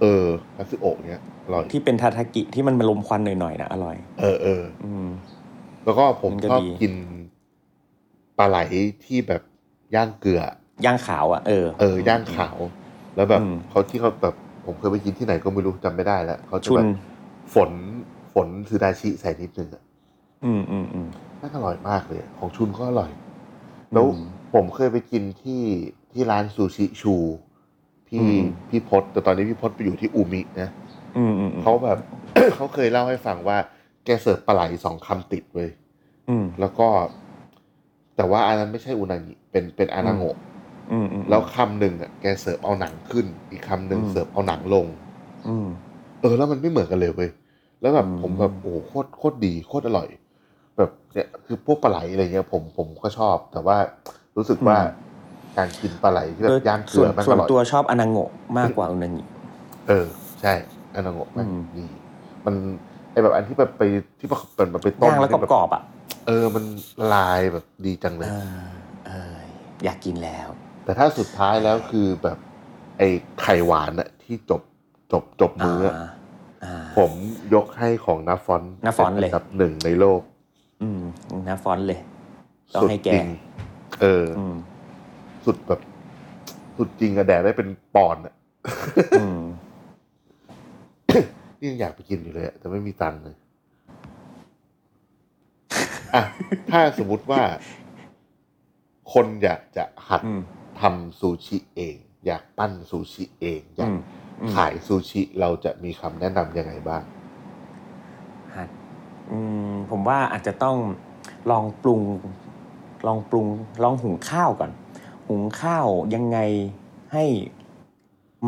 Speaker 4: เออคัตสึโอะเนี้ยอร่อย
Speaker 3: ที่เป็นทาทากิที่มันมาลมควันหน่อยๆนะอร่อย
Speaker 4: เออเออ
Speaker 3: อืม
Speaker 4: แล้วก็ผม
Speaker 3: มันก็
Speaker 4: ชอบ
Speaker 3: ดี
Speaker 4: กินปลาไหลที่แบบย่างเกลือ
Speaker 3: ย่างขาวอ่ะเออ
Speaker 4: เออย่างขาว แล้วแบบ
Speaker 3: อืม
Speaker 4: เขาที่เขาแบบผมเคยไปกินที่ไหนก็ไม่รู้จำไม่ได้แล้วเขาจะ
Speaker 3: ชุ
Speaker 4: แบ
Speaker 3: น
Speaker 4: บฝนฝนซูดาชิใส่นิดนึงอะ
Speaker 3: อืมอืมอืม
Speaker 4: น่าอร่อยมากเลยอะของชุนก็อร่อย แล้ว
Speaker 3: อืม
Speaker 4: ผมเคยไปกินที่ที่ร้านซูชิชู
Speaker 3: อื
Speaker 4: พี่
Speaker 3: ม
Speaker 4: พี่พศแต่ตอนนี้พี่พศไปอยู่ที่อูมินะ
Speaker 3: อืมอืมอื ม
Speaker 4: เขาแบบ เขาเคยเล่าให้ฟังว่าแกเสิร์ฟปลาไหลสองคำติดเลย
Speaker 3: อืม
Speaker 4: แล้วก็ แต่ว่าอันนั้นไม่ใช่อุนางิเป็นเป็นอานาโงะ
Speaker 3: อืมอืม
Speaker 4: แล้วคำหนึ่งอ่ะแกเสิร์ฟเอาหนังขึ้น อีกคำหนึ่ง
Speaker 3: อืม
Speaker 4: เสิร์ฟเอาหนังลง
Speaker 3: อืม
Speaker 4: เออแล้วมันไม่เหมือนกันเลยเว้ยแล้วแบบ
Speaker 3: อืม
Speaker 4: ผมแบบโอ้โหโคตรโคตรดีโคตรอร่อย แบบเนี่ยคือพวกปลาไหลอะไรเงี้ยผมผมก็ชอบ แต่ว่ารู้สึกว่าการกินปลาไหลที่แบ
Speaker 3: โด
Speaker 4: บย่างเกลื
Speaker 3: ส่ว
Speaker 4: อน มัน
Speaker 3: ส่
Speaker 4: อ
Speaker 3: วน
Speaker 4: ร่อย
Speaker 3: ตัวชอบอนังโงะมากกว่าอุนางิ
Speaker 4: เออ ใช่อันนั้นงบมัน
Speaker 3: อืม
Speaker 4: ดี มันไอแบบอันที่แบบไปที่แบบเป็นแบบไปต้ม
Speaker 3: ย่างแล้วก็
Speaker 4: ให้บบ
Speaker 3: กรอบอ่ะ
Speaker 4: เออมันละลายแบบดีจังเลย
Speaker 3: เออเอออยากกินแล้ว
Speaker 4: แต่ถ้าสุดท้ายแล้วคือแบบไอไข่หวานอะที่จบจบจบมื้ออะ
Speaker 3: อ่าอ่า
Speaker 4: ผมยกให้ของนาฟอน
Speaker 3: นาฟอนเลย
Speaker 4: ป็ดับหนึ่งในโลก
Speaker 3: อืมนะฟอนต์เลย ต้อง
Speaker 4: สุด
Speaker 3: ให้แก
Speaker 4: จริง เอออ
Speaker 3: อืม
Speaker 4: สุดแบบ สุดจริงอะแดดได้เป็นปอนด์อะ
Speaker 3: อืม
Speaker 4: นี่ยังอยากไปกินอยู่เลยอะแต่ไม่มีตังค์ เลยอ่ะ ถ้าสมมติว่า คนอยากจะหัด
Speaker 3: อืม
Speaker 4: ทำซูชิเอง อยากปั้นซูชิเอง อยาก
Speaker 3: อืมอืม
Speaker 4: ขายซูชิเราจะมีคำแนะนำยังไงบ้าง
Speaker 3: หัดอืมผมว่าอาจจะต้องลองปรุง ลองปรุง ลองหุงข้าวก่อน หุงข้าวยังไงให้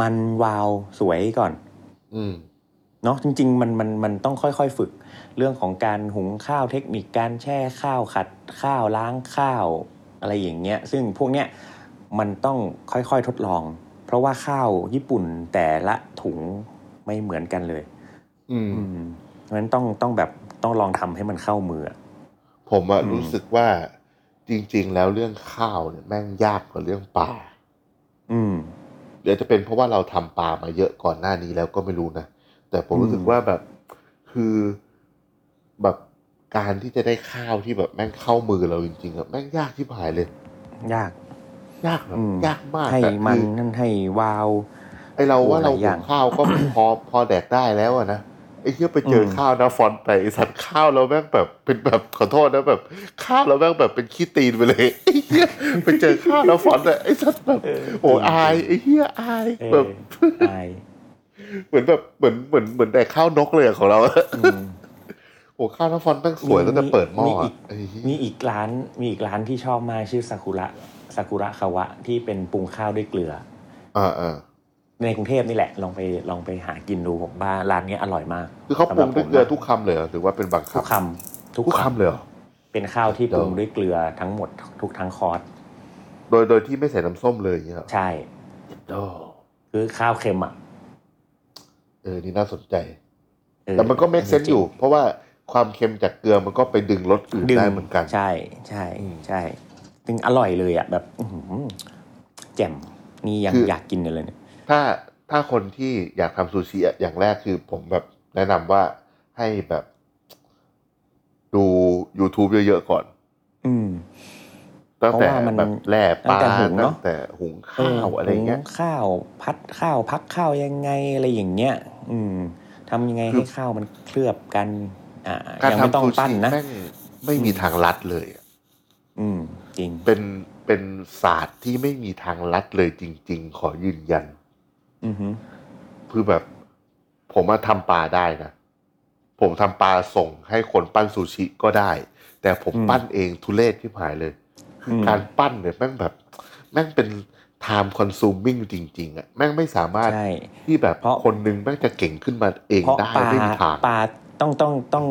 Speaker 3: มันวาวสวยก่อน
Speaker 4: อืม
Speaker 3: เนาะจริงๆมันมันมันต้องค่อยๆฝึก เรื่องของการหุงข้าวเทคนิคการแช่ข้าวขัดข้าวล้างข้าวอะไรอย่างเงี้ยซึ่งพวกเนี้ยมันต้องค่อยๆทดลอง เพราะว่าข้าวญี่ปุ่นแต่ละถุงไม่เหมือนกันเลย
Speaker 4: อืม
Speaker 3: อืมเพราะฉะนั้นต้องต้องแบบต้องลองทำให้มันเข้ามืออะ
Speaker 4: ผมอะ
Speaker 3: อืม
Speaker 4: รู้สึกว่าจริง ๆ แล้วเรื่องข้าวเนี่ยแม่งยากกว่าเรื่องปลา
Speaker 3: อืม
Speaker 4: หรืออาจจะเป็นเพราะว่าเราทำปลามาเยอะก่อนหน้านี้แล้วก็ไม่รู้นะ แต่ผม
Speaker 3: อืม
Speaker 4: รู้สึกว่าแบบคือแบบการที่จะได้ข้าวที่แบบแม่งเข้ามือเราจริงๆอะแม่งยากที่ผายเลย
Speaker 3: ยาก
Speaker 4: ยากแบบ
Speaker 3: อืม
Speaker 4: ยากมาก
Speaker 3: ให้
Speaker 4: อะ
Speaker 3: มัน
Speaker 4: คือ
Speaker 3: นั่นให้วาว
Speaker 4: ไอเราว่าเรา
Speaker 3: หลายอ
Speaker 4: หุ
Speaker 3: ย่าง
Speaker 4: งข้าวก็ พอพอแดกได้แล้วอะนะไอ้เที่ยไปเจออ
Speaker 3: ม
Speaker 4: ข้าวนะฟอนต์ไปไอ้สัตว์ข้าวเราแม่งแบบเป็นแบบขอโทษนะแบบ ข้าวเราแม่งแบบเป็นขี้ตีนไปเลยไอ้เหี้ยไปเจอข้าวนะฟอนต์อะไอ้สัตว์แบบโอ้ยอายไอ้เหี้ยอาย
Speaker 3: เออ
Speaker 4: แบบ
Speaker 3: อ าย
Speaker 4: เหมือนแบบเหมือนเหมือนเหมือนแดกข้าวนกเลยอะของเรา
Speaker 3: อืม
Speaker 4: โอ้ข้าวน้ำฟอนต์แม่งสวย
Speaker 3: มี
Speaker 4: ตั้งแต่เปิดหม้อ
Speaker 3: มีอี
Speaker 4: อะ
Speaker 3: ก
Speaker 4: ไอ้เหี้ย
Speaker 3: มีอีกร้านมีอีกร้านที่ชอบมากชื่อซากุระซากุระคาวะที่เป็นปรุงข้าวด้วยเกลือ
Speaker 4: อ่าอ่า
Speaker 3: ในกรุงเทพนี่แหละ ลองไปลองไปหากินดูผมว่าร้านเนี้ยอร่อยมาก
Speaker 4: คือเขาป
Speaker 3: สำห
Speaker 4: รุง
Speaker 3: บ
Speaker 4: ด้วย
Speaker 3: ผม
Speaker 4: เกลือ
Speaker 3: นะ
Speaker 4: ทุกคำเลยเหรอหรือว่าเป็นบาง
Speaker 3: ทุก
Speaker 4: คำ
Speaker 3: คำ
Speaker 4: ทุกคำเลยเหรอ
Speaker 3: เป็นข้าวที่ปรุงด้วยเกลือทั้งหมดทุกทั้งคอร์ส
Speaker 4: โดยโดยที่ไม่ใส่น้ำส้มเลยอย่างเงี้ยเหรอ
Speaker 3: ใช่
Speaker 4: โอ้
Speaker 3: คือข้าวเค็มอ่ะ
Speaker 4: เออนี่น่าสนใจ
Speaker 3: เออ
Speaker 4: แต่มันก็เมคเซน
Speaker 3: จริง
Speaker 4: อยู่ เพราะว่าความเค็มจากเกลือมันก็ไปดึงรสอื่น
Speaker 3: ง
Speaker 4: ได้เหมือนกัน
Speaker 3: ใช่ใช่
Speaker 4: อืม
Speaker 3: ใช่ซึ่งอร่อยเลยอ่ะแบบอื้อหือแจ่มนี่ยัง
Speaker 4: คือ
Speaker 3: อ
Speaker 4: อ
Speaker 3: ยากกินอยู่เลยเนี่ย
Speaker 4: ถ้าถ้าคนที่อยากทำซูชิอะอย่างแรกคือผมแบบแนะนำว่าให้แบบ ดู YouTube เยอะๆก่อน
Speaker 3: อืม
Speaker 4: ตั้งแต่
Speaker 3: เพราะว่ามัน
Speaker 4: แบบแล่ปลา
Speaker 3: ตั้งแต่หุงเน
Speaker 4: ตั้งแต่หุง
Speaker 3: อะ
Speaker 4: ข้าวอะไรเงี้ย
Speaker 3: หุข้าวพัดข้าวพักข้าวยังไงอะไรอย่างเงี้ย อืมทำยังไง
Speaker 4: คือ
Speaker 3: ให้ข้าวมันเคลือบกัน อ่า
Speaker 4: การ
Speaker 3: ยังไม่ต้อ
Speaker 4: ทำ
Speaker 3: ง
Speaker 4: ซู
Speaker 3: ปั้น
Speaker 4: ชิ
Speaker 3: นะ
Speaker 4: แม่งไม่มีทางลัดเลยอะ
Speaker 3: อืม จริง
Speaker 4: เป็นเป็นศาสตร์ที่ไม่มีทางลัดเลยจริง ๆ ขอยืนยัน
Speaker 3: อือฮึ
Speaker 4: คือแบบ ผมมาทำปลาได้นะ ผมทำปลาส่งให้คนปั้นซูชิก็ได้ แต่ผมปั้นเองทุเรศที่หายเลย
Speaker 3: อืม
Speaker 4: การปั้นเนี่ยแม่งแบบ แม่งเป็น time consuming จริง ๆอะแม่งไม่สามารถ
Speaker 3: ใช่
Speaker 4: ที่แบบ
Speaker 3: เพราะ
Speaker 4: คนหนึงแม่งจะเก่งขึ้นมาเอง
Speaker 3: เพราะ
Speaker 4: ได้
Speaker 3: ปลา
Speaker 4: ไม่มีทาง
Speaker 3: ปลาต้องต้องต้อง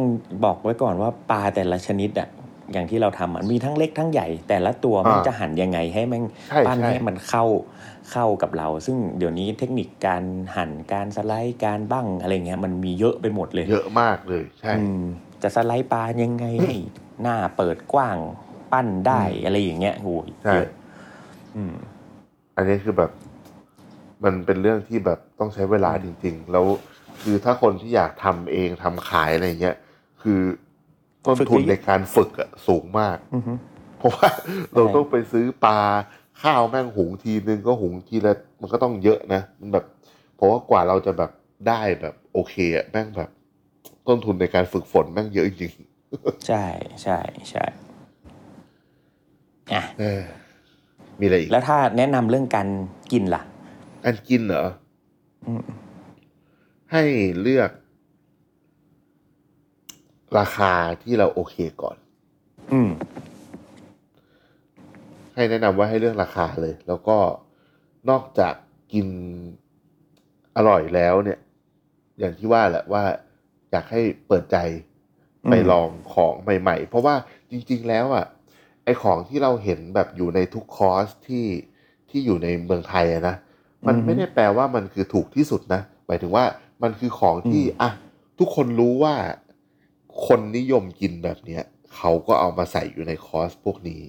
Speaker 3: บอกไว้ก่อนว่าปลาแต่ละชนิดอ่ะอย่างที่เราทำมันมีทั้งเล็กทั้งใหญ่ แต่ละตัว
Speaker 4: อ่ามั
Speaker 3: มันจะหั่นยังไงให้แมัน
Speaker 4: ใช่
Speaker 3: ปั้น
Speaker 4: ใช่
Speaker 3: ให้มันเข้าเข้ากับเรา ซึ่งเดี๋ยวนี้เทคนิคการหั่นการสไลด์การบั้งอะไรเงี้ยมันมีเยอะไปหมดเลย
Speaker 4: เยอะมากเลยใช่
Speaker 3: อืมจะสไลด์ปลายังไงให้หน้าเปิดกว้างปั้นได้อะไรอย่างเงี้ยโห
Speaker 4: ใช่
Speaker 3: เยอะอืม
Speaker 4: อันนี้คือแบบ มันเป็นเรื่องที่แบบต้องใช้เวลาจริง ๆ แล้วคือถ้าคนที่อยากทำเองทำขายอะไรเงี้ยคือต้น
Speaker 3: ฝึก
Speaker 4: ทุน
Speaker 3: เยอะๆ
Speaker 4: ในการฝึกอะสูงมาก
Speaker 3: อือฮึ
Speaker 4: เพราะว่าเรา
Speaker 3: ใช่
Speaker 4: ต้องไปซื้อปลาข้าวแม่งหุงทีนึงก็หุงทีละมันก็ต้องเยอะนะมันแบบ เพราะว่ากว่าเราจะแบบได้แบบโอเคอะแม่งแบบ ต้นทุนในการฝึกฝนแม่งเยอะจริง
Speaker 3: ใช่ใช่ใช่อ่ะ
Speaker 4: ๆเออมีอะไรอีก
Speaker 3: แล้วถ้าแนะนำเรื่องการกินล่ะ
Speaker 4: อันกินเหรอ
Speaker 3: อืม
Speaker 4: ให้เลือก ราคาที่เราโอเคก่อน
Speaker 3: อืม
Speaker 4: ให้แนะนำว่าให้เลือกราคาเลย แล้วก็นอกจากกินอร่อยแล้วเนี่ย อย่างที่ว่าแหละว่าอยากให้เปิดใจ
Speaker 3: อืม
Speaker 4: ไปลองของใหม่ ๆ เพราะว่าจริง ๆ แล้วอ่ะไอของที่เราเห็นแบบอยู่ในทุกคอร์สที่ที่อยู่ในเมืองไทยอะนะมันไม่ได้แปลว่ามันคือถูกที่สุดนะหมายถึงว่ามันคือของที่อ่ะทุกคนรู้ว่าคนนิยมกินแบบเนี้ยเขาก็เอามาใส่อยู่ในคอร์สพวกนี้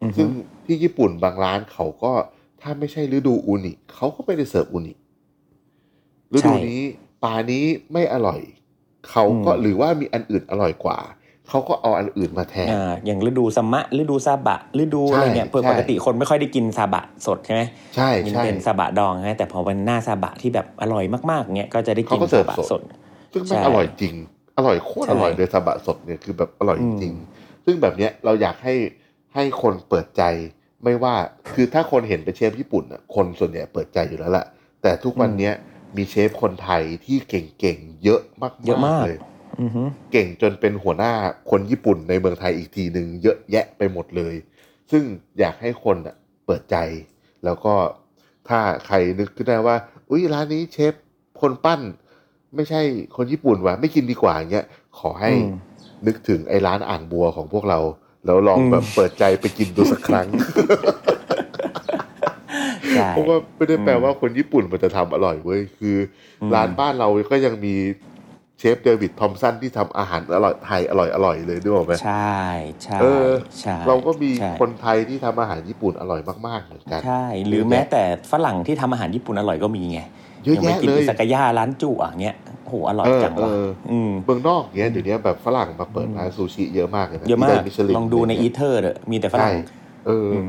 Speaker 3: อืม
Speaker 4: ซึ่งที่ญี่ปุ่นบางร้านเขาก็ถ้าไม่ใช่ฤดูอูนิเขาก็ไม่ได้เสิร์ฟอูนิฤดูนี้ปลานี้ไม่อร่อย เขาก็
Speaker 3: อืม
Speaker 4: หรือว่ามีอันอื่นอร่อยกว่า เขาก็เอาอันอื่นมาแทน
Speaker 3: อ่าอย่างฤดูสมะฤดูซาบะ ฤดูอะไรเนี่ย
Speaker 4: ใช่
Speaker 3: ปกติ
Speaker 4: ใช่
Speaker 3: คนไม่ค่อยได้กินซาบะสดใช่ไหม
Speaker 4: ใช่
Speaker 3: กิน
Speaker 4: ใช่
Speaker 3: เป็นซาบะดองใช่ไหมแต่พอวันหน้าซาบะที่แบบอร่อยมากๆเนี่ยก็จะได้กิน
Speaker 4: เขาก็เสิร์ฟ
Speaker 3: ซาบะ
Speaker 4: ส
Speaker 3: ส
Speaker 4: ด
Speaker 3: ด
Speaker 4: ซึ่งมัน
Speaker 3: ใช่
Speaker 4: อร่อยจริง อร่อยโคตร
Speaker 3: ใช่
Speaker 4: อร่อยเลยซาบะสดเนี่ยคือแบบอร่อย
Speaker 3: อื
Speaker 4: จ
Speaker 3: ม
Speaker 4: ริง ซึ่งแบบเนี้ยเราอยากให้ให้คนเปิดใจ ไม่ว่าคือถ้าคนเห็นไปนเชฟญี่ปุ่นอ่ะคนส่วนใหญ่เปิดใจอยู่แล้วแหละแต่ทุกวันเนี้ยมีเชฟคนไทยที่เก่งๆเยอะมากๆ
Speaker 3: เยอะมาก
Speaker 4: เลย
Speaker 3: อือฮึ
Speaker 4: เก่งจนเป็นหัวหน้าคนญี่ปุ่นในเมืองไทยอีกทีหนึ่งเยอะแยะไปหมดเลย ซึ่งอยากให้คนน่ะเปิดใจ แล้วก็ถ้าใครนึกขึ้นได้ว่า อุ้ยร้านนี้เชฟคนปั้น ไม่ใช่คนญี่ปุ่นว่ะไม่กินดีกว่าอย่างเงี้ยขอให้
Speaker 3: อืม
Speaker 4: นึกถึงไอ้ร้านอ่างบัวของพวกเรา แล้วลอง
Speaker 3: อืม
Speaker 4: แบบเปิดใจไปกินดูสักครั้ง
Speaker 3: ใช่
Speaker 4: เพราะว่าไม่ได้แปล
Speaker 3: อืม
Speaker 4: ว่าคนญี่ปุ่นมันจะทำอร่อยเว้ยคืออ
Speaker 3: ม
Speaker 4: ร้านบ้านเราก็ยังมีเชฟเดวิดทอมสันที่ทำอาหารอร่อยไทยอร่อยอร่อยเลยด้วยไหม
Speaker 3: ใช่ใช่
Speaker 4: เออ
Speaker 3: ใช่
Speaker 4: เราก็มี
Speaker 3: ใช่
Speaker 4: คนไทยที่ทำอาหารญี่ปุ่นอร่อยมากๆเหมือนกัน
Speaker 3: ใช่ หรือแม้แต่ฝรั่งที่ทำอาหารญี่ปุ่นอร่อยก็มีไง
Speaker 4: เยอะ
Speaker 3: ย่าง
Speaker 4: แยะ
Speaker 3: ไปกิน
Speaker 4: เล
Speaker 3: อิ
Speaker 4: ย
Speaker 3: ซากายะร้านจุอ่ะเงี้ยโอ้โหอร่อย
Speaker 4: เออ
Speaker 3: จังว่ะ
Speaker 4: เออ
Speaker 3: อืม
Speaker 4: เมืองนอกเนี้ยเดี๋ยวนี้แบบฝรั่งมาเปิดร้านซูชิเยอะมากเลยนะ
Speaker 3: เยอะมา
Speaker 4: ที่
Speaker 3: ก
Speaker 4: ได้มิชลิน
Speaker 3: ลองดูใน
Speaker 4: ะไร
Speaker 3: อี
Speaker 4: เงี้ย
Speaker 3: เทอร์เด้อะมีแต่ฝรั่ง
Speaker 4: ใช่เอออ
Speaker 3: ม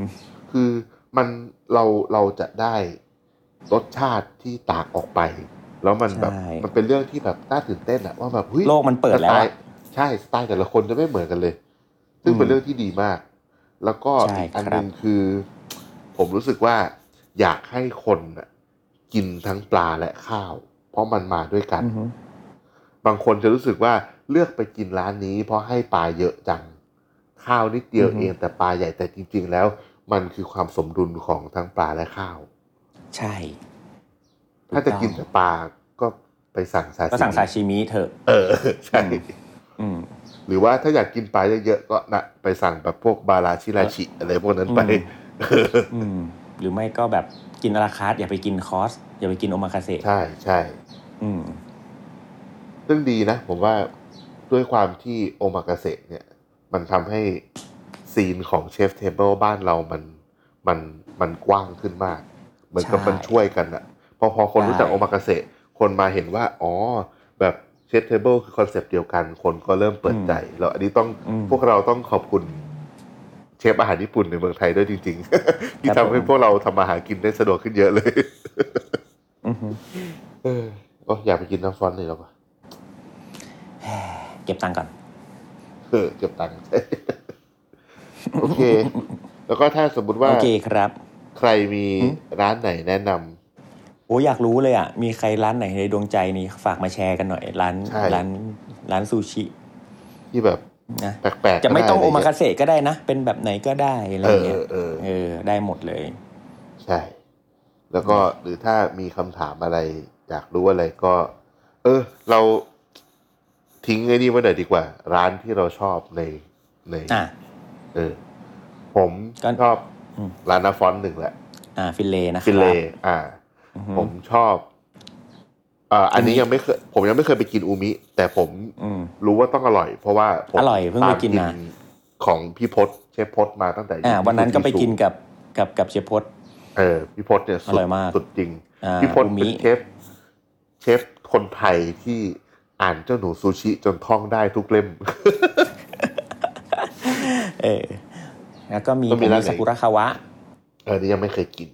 Speaker 4: คือมันเราเราจะได้รสชาติที่ต่างออกไป แล้วมันแบบ
Speaker 3: ใช่
Speaker 4: มันเป็นเรื่องที่แบบน่าตื่นเต้นอะว่าแบบเฮ้ย
Speaker 3: โลกมันเปิด
Speaker 4: ส
Speaker 3: แล้ว
Speaker 4: ไต
Speaker 3: อะ
Speaker 4: ล์ใช่สไตล์แต่ละคนจะไม่เหมือนกันเลย ซึ่งเป็นเรื่องที่ดีมาก แล้วก็
Speaker 3: ใช่
Speaker 4: อีกอัน
Speaker 3: ค
Speaker 4: ห
Speaker 3: รับ
Speaker 4: นึ่งคือ ผมรู้สึกว่าอยากให้คนน่ะกินทั้งปลาและข้าว เพราะมันมาด้วยกัน
Speaker 3: อือฮึ
Speaker 4: บางคนจะรู้สึกว่าเลือกไปกินร้านนี้ เพราะให้ปลาเยอะจัง ข้าวนิดเดียวเองแต่ปลาใหญ่แต่จริง ๆ แล้ว มันคือความสมดุลของทั้งปลาและข้าว
Speaker 3: ใช่
Speaker 4: ถ้าจะกินแต่ปลาก็ไปสั่งซา
Speaker 3: ก็
Speaker 4: ซิ
Speaker 3: สั่งซา
Speaker 4: มิ
Speaker 3: ชิมิเถอะ
Speaker 4: เออ ใช่
Speaker 3: อืม อืม
Speaker 4: หรือว่าถ้าอยากกินปลาเยอะๆก็นะไปสั่งแบบพวกบาราชิราชิอะไรพวกนั้นไป
Speaker 3: อืม อืม หรือไม่ก็แบบกินอาราคาร์ตอย่าไปกินคอส อย่าไปกินโอมาคาเสะ
Speaker 4: ใช่ใช่
Speaker 3: อืม
Speaker 4: ซึ่งดีนะ ผมว่าด้วยความที่โอมากาเสะเนี่ย มันทำให้ซีนของเชฟเทเบิลบ้านเรามันมันมันกว้างขึ้นมาก เหมือนกับ
Speaker 3: ใช่
Speaker 4: มันช่วยกันอะพอพอคน
Speaker 3: ใช่
Speaker 4: รู้จักโอมากาเสะคนมาเห็นว่า อ๋อ แบบเชฟเทเบิลคือคอนเซปต์เดียวกัน คนก็เริ่มเปิดใจ แล้วอันนี้ต้อง
Speaker 3: อืม
Speaker 4: พวกเราต้องขอบคุณเชฟอาหารญี่ปุ่นในเมืองไทยด้วยจริง ๆ ที่
Speaker 3: ครั
Speaker 4: ทำ
Speaker 3: บ
Speaker 4: ให้
Speaker 3: ผม
Speaker 4: พวกเราทำอาหารกินได้สะดวกขึ้นเยอะเลย
Speaker 3: อือฮึ
Speaker 4: เออโอยอยากไปกินน้ำฟรอนต์เลยหรอปะ
Speaker 3: เก็บตังค์ก่อน
Speaker 4: เออเก็บตังค์ โอเค แล้วก็ถ้าสมมุติว่า
Speaker 3: โอเคครับ
Speaker 4: ใครมีร้านไหนแนะนำ
Speaker 3: โอ้อยากรู้เลยอ่ะ มีใครร้านไหนในดวงใจนี้ฝากมาแชร์กันหน่อย ร้าน
Speaker 4: ใช่
Speaker 3: ร้านร้านซูชิ
Speaker 4: ที่แบบ
Speaker 3: นะ
Speaker 4: แปลกๆ
Speaker 3: จะไม่ต้องโอมาคา
Speaker 4: เส
Speaker 3: เสะก็ได้นะ เป็นแบบไหนก็ได้อะไร
Speaker 4: เออ
Speaker 3: เงี้ย
Speaker 4: เออ
Speaker 3: เออ ได้หมดเลย
Speaker 4: ใช่ แล้วก็หรือถ้ามีคำถามอะไร อยากรู้อะไรก็ เออ เราทิ้งไอ้นี่ไว้หน่อยดีกว่า ร้านที่เราชอบในใน
Speaker 3: อ่ะ
Speaker 4: เออ ผม
Speaker 3: ก็
Speaker 4: ชอบ
Speaker 3: อืม
Speaker 4: ร้านนาฟอนต์หนึ่งแหละ
Speaker 3: อ่าฟิลเลนะครับ
Speaker 4: ฟินเลย์อ่า
Speaker 3: อือฮึ
Speaker 4: ผมชอบเอ่ออันนี้
Speaker 3: อูมิ
Speaker 4: ยังไม่เคยผมยังไม่เคยไปกินอูมิ แต่ผม
Speaker 3: อืม
Speaker 4: รู้ว่าต้องอร่อย เพราะว่าผม
Speaker 3: อร่อยเพิ่งไปกินมา
Speaker 4: ตของพี่พศเชฟพศมาตั้งแต่
Speaker 3: อ่า
Speaker 4: ยู่ที่
Speaker 3: วันนั้นก็ไปกิน
Speaker 4: ซูชิ
Speaker 3: กับกับกับเชฟพศ
Speaker 4: เออพี่พศเนี่ยสุ
Speaker 3: อ
Speaker 4: ด
Speaker 3: ร่อยมาก
Speaker 4: สุดจริง
Speaker 3: อ่า
Speaker 4: พี่พศ
Speaker 3: อูมิ
Speaker 4: เป็นเชฟเชฟคนไทยที่อ่านเจ้าหนูซูชิจนท่องได้ทุกเล่ม
Speaker 3: เออ แล้วก็มี
Speaker 4: ก็มีร้านไหน
Speaker 3: ซากุระคาวะ
Speaker 4: เออนี่ยังไม่เคยกิน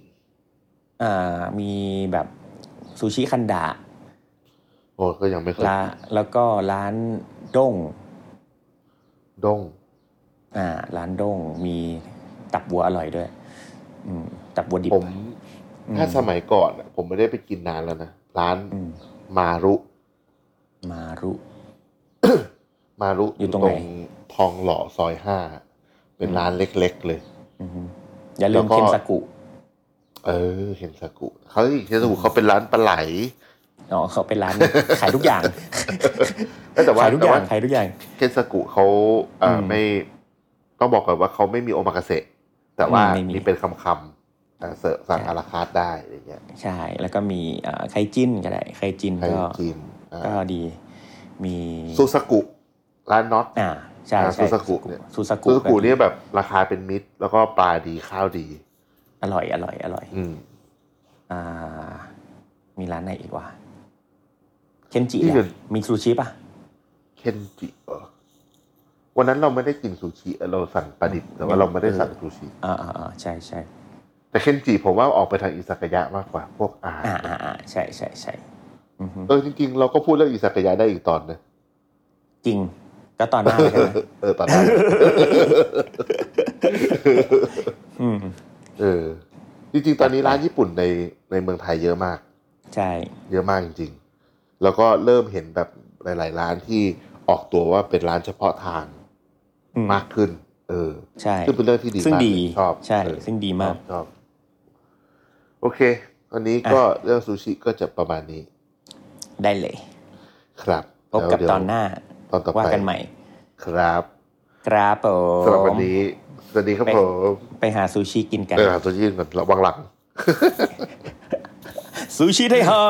Speaker 3: อ่า มีแบบซูชิคันดะ
Speaker 4: โอ้ก็ยังไม่เคย
Speaker 3: ร้านแล้วก็ร้านด้ง
Speaker 4: ด้ง
Speaker 3: อ่า ร้านด้ง มีตับวัวอร่อยด้วย อืม ตับวัวดิบ
Speaker 4: ผม
Speaker 3: อืม
Speaker 4: ถ้าสมัยก่อนอะผมไม่ได้ไปกินนานแล้วนะร้าน
Speaker 3: อืม
Speaker 4: มารุ
Speaker 3: มารุ
Speaker 4: มารุ
Speaker 3: อยู่ตรงไหน
Speaker 4: ท ทองหล่อซอยห้าเป็นร้านเล็กๆเลย
Speaker 3: อืมอย่าลืม
Speaker 4: แล้วก็
Speaker 3: เคนสกุ
Speaker 4: เออเห็นสกุเขาอีกเห็นสกุเขาเป็นร้านปลา ไหล
Speaker 3: อ๋อเขาเป็น ร้าน ขายทุกอย่าง
Speaker 4: เออแต่ว่า
Speaker 3: ขายทุก
Speaker 4: แต่
Speaker 3: อย่า
Speaker 4: ว่า
Speaker 3: งขายทุกอย่าง
Speaker 4: เคนสกุเขาเอ่ออ
Speaker 3: ม
Speaker 4: ไม่ต้องบอกก่อนว่าเขาไม่มีโอมากาเสะแต่ว่า
Speaker 3: ไม่มี
Speaker 4: มีเป็นคำคำอ่าเสิร์ฟสั่งอาราคาร์ทได้อะไรเงี้ย
Speaker 3: ใช่ แล้วก็มีเอ่อไคจินก็ได้ไคจิน
Speaker 4: ใคร
Speaker 3: ก็
Speaker 4: กินอ่า
Speaker 3: ก็ดี มี
Speaker 4: ซูซากุร้านน็อต
Speaker 3: อ่าใช่
Speaker 4: อ่า
Speaker 3: ใช่
Speaker 4: ซูซากุเนี่ย
Speaker 3: ซูซากุ
Speaker 4: ซูซากุเนี่ยแบบราคาเป็นมิตร แล้วก็ปลาดีข้าวดี
Speaker 3: อร่อยอร่อยอร่อย
Speaker 4: อืม
Speaker 3: อ่า มีร้านไหนอีกวะเคนจิ
Speaker 4: ที่
Speaker 3: แห
Speaker 4: เป็น
Speaker 3: ละมีซูชิป่ะ
Speaker 4: เคนจิเหรอวันนั้นเราไม่ได้กินซูชิเราสั่งปลาดิบแต่ว่า
Speaker 3: อืม
Speaker 4: เราไม่ได้สั่งซูชิ
Speaker 3: อ่าอ่าอ่าใช่ใช่
Speaker 4: แต่เคนจิผมว่าออกไปทางอิซากายะมากกว่า พวกอาหาร
Speaker 3: อ่าอ่าอ่าใช่ใช่ใช่อือฮึ
Speaker 4: เออจริงๆ เราก็พูดเรื่องอิซากายะได้อีกตอนนะ
Speaker 3: จริง ก็ตอนหน้าเลยใช่ไหม
Speaker 4: เออตอนนั้น
Speaker 3: อืม
Speaker 4: เออจริงๆ ตอนนี้ร้านญี่ปุ่นในในเมืองไทยเยอะมาก
Speaker 3: ใช่
Speaker 4: เยอะมากจริงๆ แล้วก็เริ่มเห็นแบบหลาย ๆ ร้านที่ออกตัวว่าเป็นร้านเฉพาะทาง
Speaker 3: อืม
Speaker 4: มากขึ้น เออ
Speaker 3: ใช่
Speaker 4: ซึ่งเป็นเรื่องที่ดี
Speaker 3: ซึ่ง
Speaker 4: มาก
Speaker 3: ดี
Speaker 4: ชอบ
Speaker 3: ใช่
Speaker 4: เออ
Speaker 3: ซึ่งดีมาก
Speaker 4: ชอบชอบโอเควันนี้ก็เรื่องซูชิก็จะประมาณนี้
Speaker 3: ได้เลย
Speaker 4: ครับ
Speaker 3: พบกับ
Speaker 4: แล้วเดี๋ยว
Speaker 3: ตอนหน้า
Speaker 4: ตอนต่อ
Speaker 3: ว่า
Speaker 4: ไป
Speaker 3: กันใหม่
Speaker 4: ครับ
Speaker 3: ครับผม
Speaker 4: สำหรับวันนี้ สวัสดีครับผม
Speaker 3: ไปหาซูชิกินกัน
Speaker 4: เออหาซูชิก่อนระวังหลัง
Speaker 3: ซูชิไทยเฮา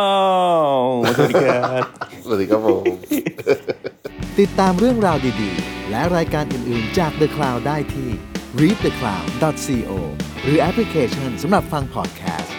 Speaker 3: สวัสดีครับ
Speaker 4: สวัสดีครับผม
Speaker 1: ติดตามเรื่องราวดีๆ และรายการอื่นๆจาก The Cloud ได้ที่ readthecloud.co หรือแอปพลิเคชันสำหรับฟัง podcast